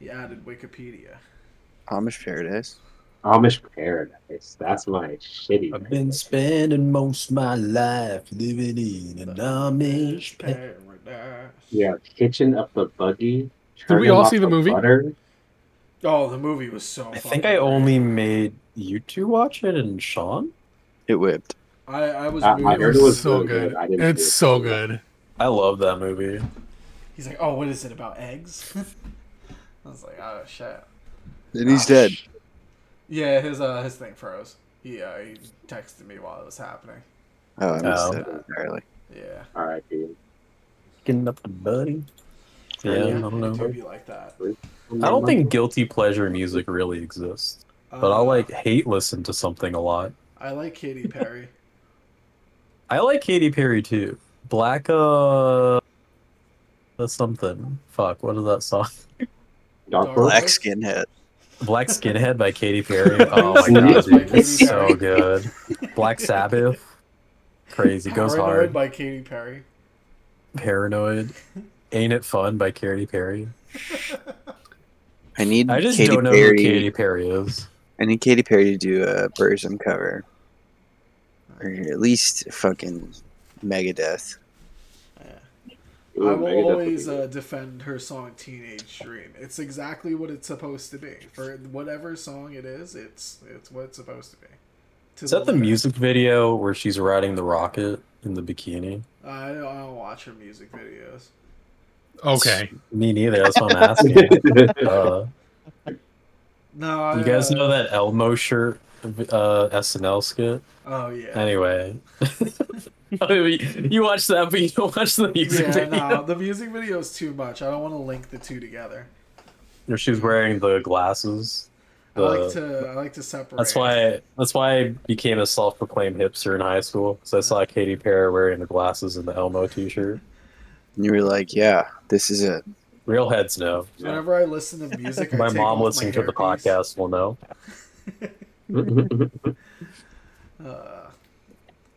Speaker 3: He added Wikipedia.
Speaker 5: Amish paradise.
Speaker 4: Amish Paradise. That's my shitty.
Speaker 2: I've been spending most of my life living in an Amish pa-
Speaker 3: Paradise.
Speaker 4: Yeah, kitchen up the buggy.
Speaker 6: Did we
Speaker 4: turning
Speaker 6: all
Speaker 4: off
Speaker 6: see the movie?
Speaker 4: Butter.
Speaker 3: Oh, the movie was so.
Speaker 2: I
Speaker 3: fucking
Speaker 2: think I
Speaker 3: great.
Speaker 2: only made you two watch it and Sean.
Speaker 5: It whipped.
Speaker 3: I, I was.
Speaker 4: I- I
Speaker 3: moved.
Speaker 4: heard it Uh, was-
Speaker 6: so
Speaker 4: really good.
Speaker 6: good.
Speaker 4: I didn't see
Speaker 6: It's
Speaker 4: it.
Speaker 6: so good.
Speaker 2: I love that movie.
Speaker 3: He's like, oh, what is it about eggs? I was like, oh shit.
Speaker 5: And he's dead.
Speaker 3: Yeah, his uh his thing froze. He uh, he texted me while it was happening.
Speaker 5: Oh, I missed
Speaker 2: Oh.
Speaker 5: it entirely.
Speaker 3: Yeah.
Speaker 4: All right, dude.
Speaker 2: Getting up the buddy. Yeah, I don't
Speaker 3: It do
Speaker 2: know.
Speaker 3: be like that.
Speaker 2: I don't think guilty pleasure music really exists, but I'll
Speaker 3: Uh,
Speaker 2: like hate listen to something a lot.
Speaker 3: I like Katy Perry.
Speaker 2: I like Katy Perry too. Black uh, uh, something. Fuck, what is that song?
Speaker 4: Dark
Speaker 3: Dark-
Speaker 4: Horse.
Speaker 5: Black skinhead.
Speaker 2: Black Skinhead by Katy Perry. Oh my god,
Speaker 4: Yes,
Speaker 3: by
Speaker 2: dude, it's
Speaker 3: Katy
Speaker 2: so
Speaker 3: Perry.
Speaker 2: good. Black Sabbath. Crazy goes
Speaker 3: Paranoid
Speaker 2: hard.
Speaker 3: by Katy Perry.
Speaker 2: Paranoid. Ain't It Fun by Katy Perry.
Speaker 5: I need
Speaker 2: I just
Speaker 5: Katy
Speaker 2: don't know
Speaker 5: Perry.
Speaker 2: who Katy Perry is.
Speaker 5: I need Katy Perry to do a Birds Uncover, or at least fucking Megadeth.
Speaker 4: Ooh,
Speaker 3: I
Speaker 4: maybe that's
Speaker 3: will
Speaker 4: what
Speaker 3: always
Speaker 4: they do.
Speaker 3: uh, defend her song "Teenage Dream." It's exactly what it's supposed to be. For whatever song it is, it's it's what it's supposed to be. To
Speaker 2: Is that the
Speaker 3: letter.
Speaker 2: music video where she's riding the rocket in the bikini?
Speaker 3: I don't, I don't watch her music videos.
Speaker 6: Okay.
Speaker 2: Me neither. That's what I'm asking. uh,
Speaker 3: No, I,
Speaker 2: you guys
Speaker 3: uh,
Speaker 2: know that Elmo shirt uh, SNL skit?
Speaker 3: Oh yeah.
Speaker 2: Anyway, you watch that, but you don't watch the music
Speaker 3: Yeah,
Speaker 2: video.
Speaker 3: no, the music video is too much. I don't want to link the two together.
Speaker 2: Where she's wearing the glasses.
Speaker 3: I like
Speaker 2: The-
Speaker 3: to I like to separate.
Speaker 2: That's why. That's why I became a self-proclaimed hipster in high school. Because I saw Katy Perry wearing the glasses and the Elmo T-shirt.
Speaker 5: And you were like, "Yeah, this is it."
Speaker 2: Real heads know.
Speaker 3: whenever I listen to music, I
Speaker 2: My
Speaker 3: take
Speaker 2: mom
Speaker 3: off
Speaker 2: listening to the
Speaker 3: hairpiece.
Speaker 2: podcast will know.
Speaker 3: Uh,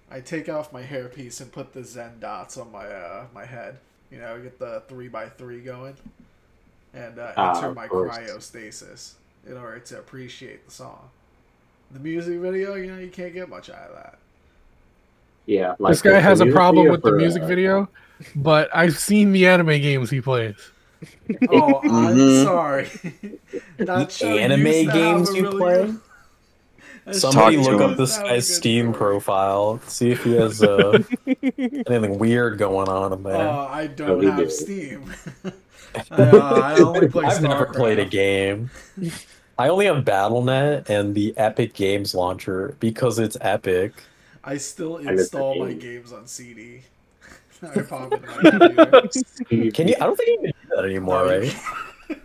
Speaker 3: I take off my hairpiece and put the Zen dots on my uh, my head. You know, get the three by three going, and uh,
Speaker 4: Ah,
Speaker 3: enter
Speaker 4: of
Speaker 3: my
Speaker 4: course.
Speaker 3: cryostasis in order to appreciate the song. The music video, you know, you can't get much out of that.
Speaker 4: yeah, like
Speaker 6: this guy
Speaker 4: the-
Speaker 6: has
Speaker 4: the
Speaker 6: a
Speaker 4: music
Speaker 6: problem
Speaker 4: video
Speaker 6: with the
Speaker 4: for,
Speaker 6: music
Speaker 4: uh,
Speaker 6: video, but I've seen the anime games he plays.
Speaker 3: Oh, I'm
Speaker 5: Mhm.
Speaker 3: sorry. Not sure
Speaker 2: Mm-hmm. anime
Speaker 3: used to have
Speaker 2: games
Speaker 3: a
Speaker 2: you
Speaker 3: really
Speaker 2: play?
Speaker 3: good- That
Speaker 2: Somebody
Speaker 5: Talk to
Speaker 2: look
Speaker 5: him.
Speaker 2: up this
Speaker 3: That was
Speaker 2: guy's
Speaker 3: good
Speaker 2: Steam
Speaker 3: story.
Speaker 2: profile, see if he has uh, anything weird going on in there.
Speaker 3: Uh, I
Speaker 4: Oh,
Speaker 3: don't
Speaker 4: we
Speaker 3: have
Speaker 4: did.
Speaker 3: Steam. Uh, I only play
Speaker 2: I've never
Speaker 3: StarCraft.
Speaker 2: played a game. I only have BattleNet and the Epic Games launcher because it's Epic.
Speaker 3: I still
Speaker 4: it's the
Speaker 3: install my
Speaker 4: game.
Speaker 3: games on CD. I pop it in my computer.
Speaker 2: Can you? I don't think you can do that anymore,
Speaker 3: No, you
Speaker 2: right? Yeah.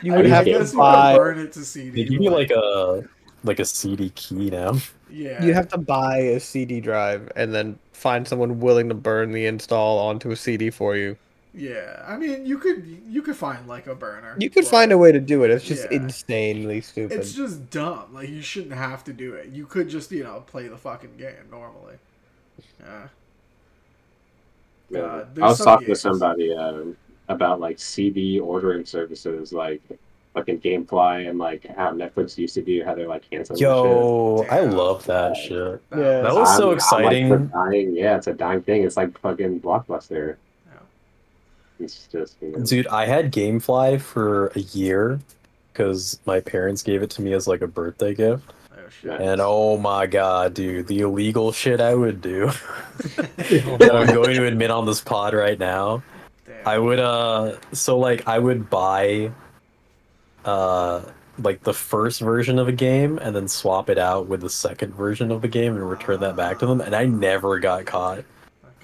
Speaker 1: You
Speaker 3: I
Speaker 1: would
Speaker 3: mean,
Speaker 1: have
Speaker 3: I
Speaker 1: to
Speaker 3: guess you can
Speaker 1: buy.
Speaker 3: burn it to CD.
Speaker 2: They give
Speaker 3: but,
Speaker 2: you like a like a CD key now.
Speaker 3: yeah,
Speaker 1: You'd have to buy a CD drive and then find someone willing to burn the install onto a CD for you.
Speaker 3: yeah. I mean, you could you could find like a burner.
Speaker 1: You could
Speaker 3: but
Speaker 1: find a way to do it. It's just
Speaker 3: Yeah.
Speaker 1: insanely stupid.
Speaker 3: It's just dumb. Like you shouldn't have to do it. You could just you know play the fucking game normally. Yeah.
Speaker 4: Yeah.
Speaker 3: God,
Speaker 4: I
Speaker 3: there's
Speaker 4: was
Speaker 3: some
Speaker 4: talking
Speaker 3: games.
Speaker 4: to somebody um, about like CD ordering services, like fucking GameFly, and like how Netflix used to do, how they're like canceling. shit.
Speaker 2: Yo, I
Speaker 3: Damn.
Speaker 2: love that shit.
Speaker 1: Yeah.
Speaker 2: That was so
Speaker 4: I'm- I'm, like,
Speaker 2: exciting.
Speaker 4: the dying- yeah, it's a dying thing. It's like fucking blockbuster.
Speaker 3: Yeah.
Speaker 4: It's just you know,
Speaker 2: Dude, I had GameFly for a year because my parents gave it to me as like a birthday gift.
Speaker 3: Oh shit.
Speaker 2: And oh my god, dude, the illegal shit I would do that I'm going to admit on this pod right now.
Speaker 3: Damn. Oh,
Speaker 2: I would uh so like I would buy uh like the first version of a game and then swap it out with the second version of the game and return that back to them and I never got caught.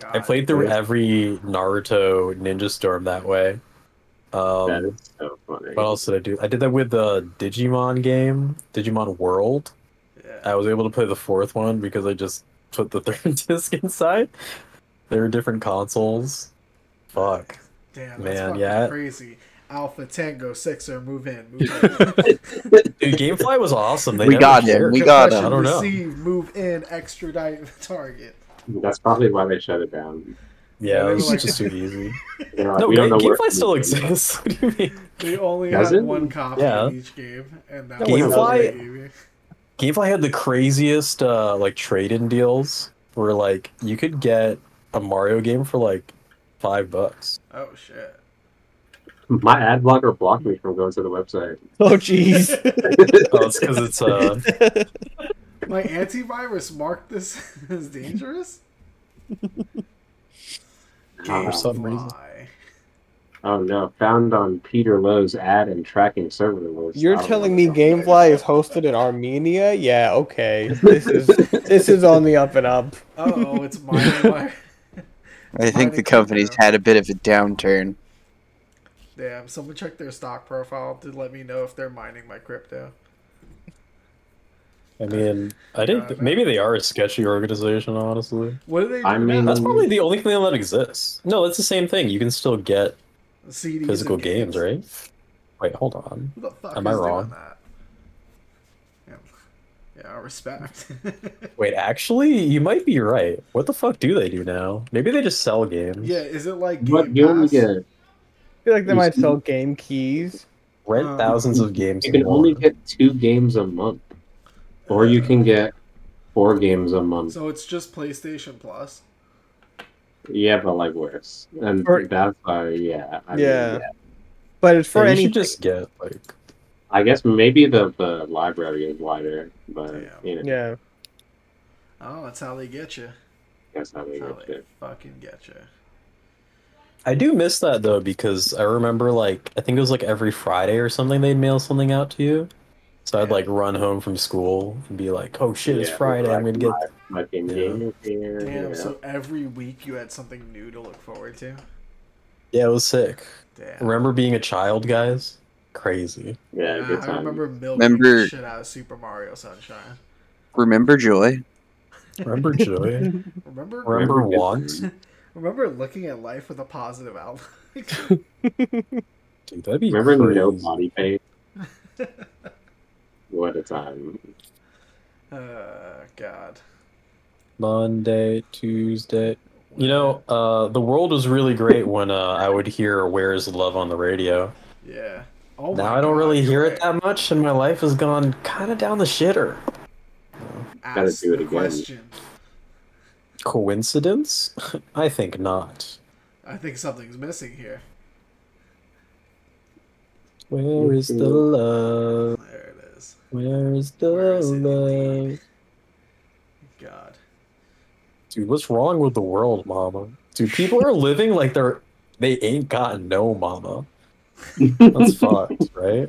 Speaker 3: God.
Speaker 2: I played through
Speaker 4: Yeah.
Speaker 2: every Naruto Ninja Storm that way.
Speaker 4: that
Speaker 2: Um,
Speaker 4: is so funny.
Speaker 2: what else did I do? I did that with the Digimon game, Digimon World.
Speaker 3: Yeah.
Speaker 2: I was able to play the fourth one because I just put the third disc inside. There were different consoles. Fuck.
Speaker 3: Damn, that's
Speaker 2: Man,
Speaker 3: fucking
Speaker 2: yeah.
Speaker 3: crazy. Alpha Tango Sixer, move in, move in.
Speaker 2: Dude, Gamefly was awesome. They
Speaker 5: We
Speaker 2: never
Speaker 5: got him.
Speaker 2: cared.
Speaker 5: We got him.
Speaker 2: I don't know.
Speaker 3: Receive, move in, extradite target.
Speaker 4: That's probably why they shut it down.
Speaker 2: Yeah,
Speaker 3: They
Speaker 2: it was
Speaker 3: were
Speaker 2: just too easy.
Speaker 4: They're like,
Speaker 2: No,
Speaker 4: we don't know
Speaker 2: Ga-
Speaker 4: where-
Speaker 2: Gamefly still exists. what do you mean?
Speaker 3: They only
Speaker 4: Does
Speaker 3: had
Speaker 4: it?
Speaker 3: one copy
Speaker 2: Yeah.
Speaker 3: of each game, and that
Speaker 2: Game
Speaker 3: was all
Speaker 2: Fly-
Speaker 3: they gave you.
Speaker 2: GameFly had the craziest uh, like trade-in deals where like you could get a Mario game for like five bucks.
Speaker 3: Oh shit!
Speaker 4: My ad blocker blocked me from going to the website.
Speaker 1: oh jeez.
Speaker 2: Oh, it's because it's uh,
Speaker 3: My antivirus marked this as dangerous.
Speaker 4: Uh,
Speaker 2: some reason.
Speaker 3: Why?
Speaker 4: oh no, found on Peter Lowe's ad and tracking server list. I
Speaker 1: You're
Speaker 4: don't
Speaker 1: telling
Speaker 4: know
Speaker 1: me
Speaker 4: what's up with that.
Speaker 1: GameFly is hosted in Armenia? Yeah, okay. This is this is on the up and up.
Speaker 3: Oh, it's my
Speaker 5: I think
Speaker 3: Mighty
Speaker 5: the company's
Speaker 3: Cucko.
Speaker 5: had a bit of a downturn.
Speaker 3: damn. Someone check their stock profile to let me know if they're mining my crypto.
Speaker 2: I mean, I didn't.
Speaker 3: God.
Speaker 2: maybe they are a sketchy organization. Honestly,
Speaker 3: What do they do
Speaker 4: I mean,
Speaker 3: now?
Speaker 2: that's probably the only thing that exists. No, that's the same thing. You can still get
Speaker 3: CDs and
Speaker 2: physical games, right? Wait, hold on.
Speaker 3: Who the fuck
Speaker 2: Am
Speaker 3: is
Speaker 2: I
Speaker 3: doing
Speaker 2: wrong?
Speaker 3: that? Yeah, yeah respect.
Speaker 2: Wait, actually, you might be right. What the fuck do they do now? Maybe they just sell games.
Speaker 3: yeah, is it like
Speaker 4: But
Speaker 3: Game
Speaker 4: you only
Speaker 3: Pass?
Speaker 4: get
Speaker 1: I feel like they
Speaker 4: You
Speaker 1: might
Speaker 4: see-
Speaker 1: sell game keys.
Speaker 2: Rent
Speaker 3: Uh,
Speaker 2: thousands of games.
Speaker 4: You
Speaker 2: and
Speaker 4: can only
Speaker 2: more.
Speaker 4: get two games a month, or you can get four games a month.
Speaker 3: So it's just PlayStation Plus.
Speaker 4: Yeah, but like worse, and
Speaker 1: Or-
Speaker 4: that's why. Yeah, I mean,
Speaker 1: Yeah. But it's for
Speaker 2: you
Speaker 1: any
Speaker 2: should just get like
Speaker 4: I guess maybe the, the library is wider, but
Speaker 3: Yeah.
Speaker 4: you know,
Speaker 1: yeah.
Speaker 3: Oh, that's how they get you.
Speaker 4: that's how they
Speaker 3: That's
Speaker 4: get
Speaker 3: how they
Speaker 4: it.
Speaker 3: fucking get you.
Speaker 2: I do miss that though because I remember like I think it was like every Friday or something they'd mail something out to you. So I'd
Speaker 3: Yeah.
Speaker 2: like run home from school and be like, "Oh shit, it's
Speaker 4: Yeah,
Speaker 2: Friday! I'm gonna
Speaker 4: like,
Speaker 2: get."
Speaker 4: My, my game
Speaker 2: Yeah.
Speaker 4: game is here.
Speaker 3: Damn.
Speaker 4: yeah.
Speaker 3: So every week you had something new to look forward to.
Speaker 2: Yeah, it was sick.
Speaker 3: Damn.
Speaker 2: Remember being a child, guys? Crazy.
Speaker 4: yeah, good
Speaker 3: I
Speaker 4: time.
Speaker 3: remember milking
Speaker 5: Remember-
Speaker 3: the shit out of Super Mario Sunshine.
Speaker 5: Remember Joy?
Speaker 2: Remember joy?
Speaker 3: Remember, remember,
Speaker 2: Remember
Speaker 4: Remember good
Speaker 2: want?
Speaker 4: times.
Speaker 3: looking at life with a positive outlook.
Speaker 2: Dude, that'd be
Speaker 4: Remember
Speaker 2: crazy.
Speaker 4: no body paint? what a time!
Speaker 3: uh, God.
Speaker 2: Monday, Tuesday. You know, uh, the world was really great when uh, I would hear "Where's Love" on the radio.
Speaker 3: Yeah. Oh
Speaker 2: now
Speaker 3: my
Speaker 2: I don't
Speaker 3: God,
Speaker 2: really
Speaker 3: you're
Speaker 2: hear
Speaker 3: right.
Speaker 2: it that much, and my life has gone kind of down the shitter.
Speaker 4: Gotta
Speaker 3: Ask
Speaker 4: do it
Speaker 3: the
Speaker 4: again.
Speaker 3: question.
Speaker 2: Coincidence? I think not.
Speaker 3: I think something's missing here.
Speaker 2: Where is the love?
Speaker 3: There it is.
Speaker 2: Where is the
Speaker 3: Mm-hmm. Where is it
Speaker 2: love?
Speaker 3: indeed? God.
Speaker 2: Dude, what's wrong with the world, mama? Dude, people are living like they're they ain't got no mama. That's fucked, right?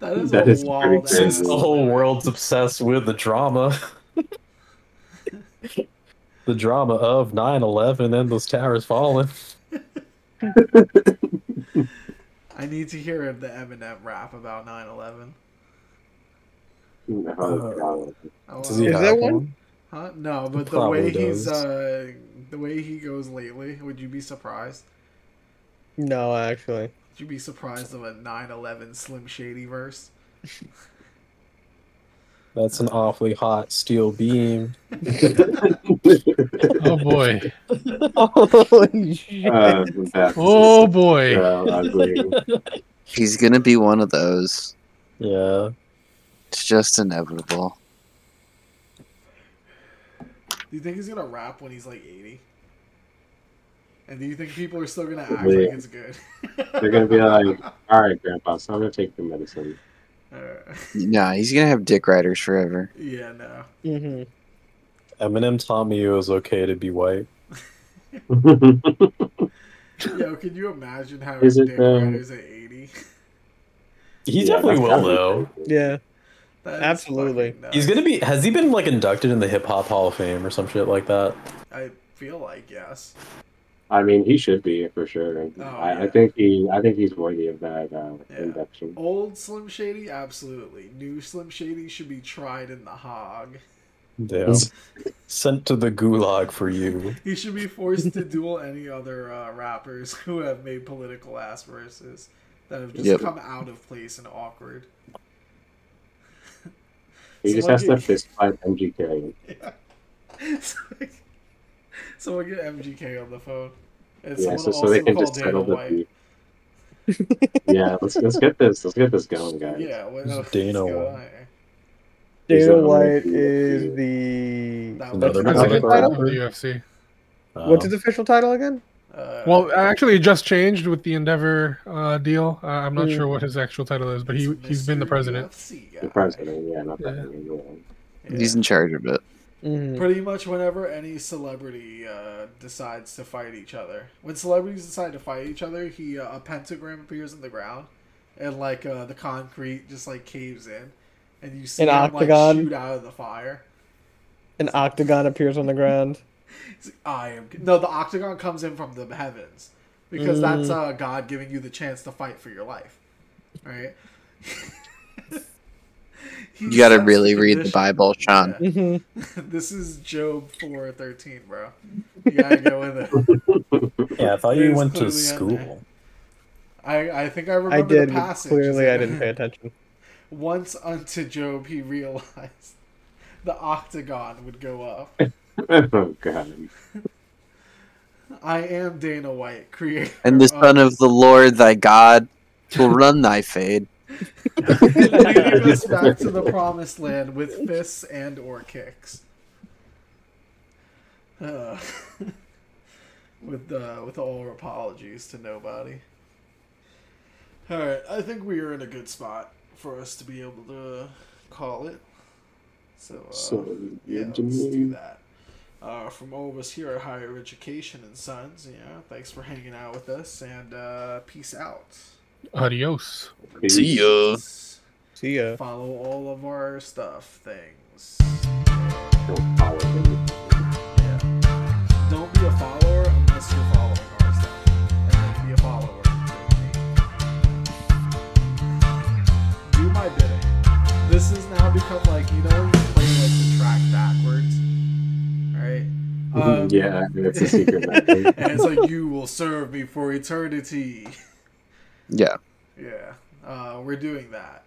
Speaker 3: That is
Speaker 4: That
Speaker 3: a
Speaker 4: is pretty
Speaker 3: wild
Speaker 4: crazy.
Speaker 2: Since
Speaker 3: ass.
Speaker 2: the whole world's obsessed with the drama. the drama of 9-11 and those towers falling.
Speaker 3: I need to hear the Eminem rap about 9/11.
Speaker 4: No,
Speaker 2: Uh,
Speaker 3: I
Speaker 2: Does he
Speaker 3: wanna-
Speaker 1: Is
Speaker 2: have
Speaker 1: that one?
Speaker 3: Oh, Huh? No, but the
Speaker 2: Probably
Speaker 3: way he's
Speaker 2: does.
Speaker 3: uh, the way he goes lately, would you be surprised?
Speaker 1: No, actually.
Speaker 3: Would you be surprised of a 9/11 Slim Shady verse?
Speaker 2: That's an awfully hot steel beam.
Speaker 6: Oh boy.
Speaker 1: Holy shit.
Speaker 4: uh, that's
Speaker 6: Oh boy.
Speaker 4: so ugly.
Speaker 5: He's gonna be one of those.
Speaker 2: Yeah.
Speaker 5: It's just inevitable.
Speaker 3: Do you think he's gonna rap when he's like 80? And do you think people are still gonna act
Speaker 4: Probably.
Speaker 3: like it's good?
Speaker 4: They're gonna be like, "All right, Grandpa, so I'm gonna take your medicine."
Speaker 3: Uh,
Speaker 5: Nah, he's gonna have dick riders forever.
Speaker 3: yeah, no.
Speaker 1: hmm
Speaker 2: Eminem taught me it was okay to be white.
Speaker 3: Yo, can you imagine how
Speaker 4: Is it,
Speaker 3: Dick
Speaker 4: um,
Speaker 3: Riders at 80?
Speaker 2: He
Speaker 4: Yeah,
Speaker 2: definitely
Speaker 4: that's
Speaker 2: will
Speaker 4: probably
Speaker 2: though.
Speaker 4: crazy.
Speaker 1: Yeah.
Speaker 3: That is
Speaker 1: Absolutely.
Speaker 3: fucking nuts.
Speaker 2: He's gonna be. Has he been like inducted in the Hip Hop Hall of Fame or some shit like that?
Speaker 3: I feel like yes.
Speaker 4: I mean, he should be for sure.
Speaker 3: Oh,
Speaker 4: I, I
Speaker 3: yeah.
Speaker 4: think he, I think he's worthy of that uh,
Speaker 3: Yeah. Oh,
Speaker 4: induction.
Speaker 3: Old Slim Shady, absolutely. New Slim Shady should be tried in the hog.
Speaker 2: Damn. Sent to the gulag for you.
Speaker 3: He should be forced to duel any other uh, rappers who have made political ass verses that have just
Speaker 5: Yep.
Speaker 3: come out of place and awkward.
Speaker 4: He just has to fist fight MGK.
Speaker 3: Someone get MGK on the phone. And
Speaker 4: Yeah,
Speaker 3: someone
Speaker 4: so, so
Speaker 3: also
Speaker 4: they can
Speaker 3: call
Speaker 4: just settle
Speaker 3: Dana
Speaker 4: the
Speaker 3: White.
Speaker 4: beef. yeah, let's let's get this let's get this going, guys.
Speaker 3: Yeah, what
Speaker 2: Who's
Speaker 3: what's
Speaker 2: Dana
Speaker 3: going
Speaker 2: White?
Speaker 3: on here?
Speaker 1: Dana
Speaker 4: He's a-
Speaker 1: White is the.
Speaker 3: That
Speaker 2: Another
Speaker 3: was-
Speaker 6: That's a good
Speaker 2: political
Speaker 6: title
Speaker 2: rapper.
Speaker 6: for the UFC.
Speaker 2: Uh,
Speaker 1: What's his official title again?
Speaker 3: Uh,
Speaker 6: Well, actually, it just changed with the Endeavor uh, deal. Uh, I'm not
Speaker 1: Hmm.
Speaker 6: sure what his actual title is, but he
Speaker 3: it's
Speaker 6: he's been the
Speaker 3: Mr.
Speaker 6: president.
Speaker 3: UFC guy.
Speaker 4: The president, yeah, not that
Speaker 6: Yeah.
Speaker 4: one, yeah.
Speaker 3: Yeah.
Speaker 5: He's in charge of it.
Speaker 1: Mm-hmm.
Speaker 3: Pretty much whenever any celebrity uh, decides to fight each other, when celebrities decide to fight each other, he uh, a pentagram appears in the ground, and like uh, the concrete just like caves in, and you see
Speaker 1: An
Speaker 3: him
Speaker 1: octagon?
Speaker 3: like shoot out of the fire.
Speaker 1: An octagon appears on the ground.
Speaker 3: He's like, I am no. The octagon comes in from the heavens because that's uh, God giving you the chance to fight for your life, right? He
Speaker 5: You gotta
Speaker 3: sets
Speaker 5: really read the
Speaker 3: conditions.
Speaker 5: Bible, Sean.
Speaker 3: Yeah.
Speaker 1: hmm
Speaker 3: this is Job four thirteen, bro. You gotta go with it.
Speaker 2: yeah, I thought you
Speaker 3: He's
Speaker 2: went to
Speaker 3: clearly on
Speaker 2: school.
Speaker 3: I, I think I remember
Speaker 1: I did.
Speaker 3: the
Speaker 1: but
Speaker 3: passage.
Speaker 1: Clearly, I didn't pay attention.
Speaker 3: Once unto Job, he realized the octagon would go up.
Speaker 4: oh god.
Speaker 3: I am Dana White, creator.
Speaker 5: And the Son of the Lord thy God Well, run thy fade.
Speaker 3: Leading us back to the promised land with fists and or kicks. Uh, with uh, with all apologies to nobody. All right, I think we are in a good spot for us to be able to call it. So, uh,
Speaker 4: So,
Speaker 3: yeah, let's do
Speaker 4: engineering.
Speaker 3: that. Uh, from all of us here at Higher Education and Sons, yeah, thanks for hanging out with us and uh, peace out.
Speaker 6: Adios.
Speaker 5: See ya.
Speaker 1: See ya.
Speaker 3: Follow all of our stuff things.
Speaker 4: Don't follow them.
Speaker 3: Yeah. Don't be a follower unless you're following our stuff. And then be a follower. Do my bidding. This has now become like, you know, when you play like the track backwards. Alright? Um,
Speaker 4: yeah, I mean, it's a secret. I think.
Speaker 3: and it's like, you will serve me for eternity.
Speaker 5: Yeah.
Speaker 3: Yeah, uh, we're doing that.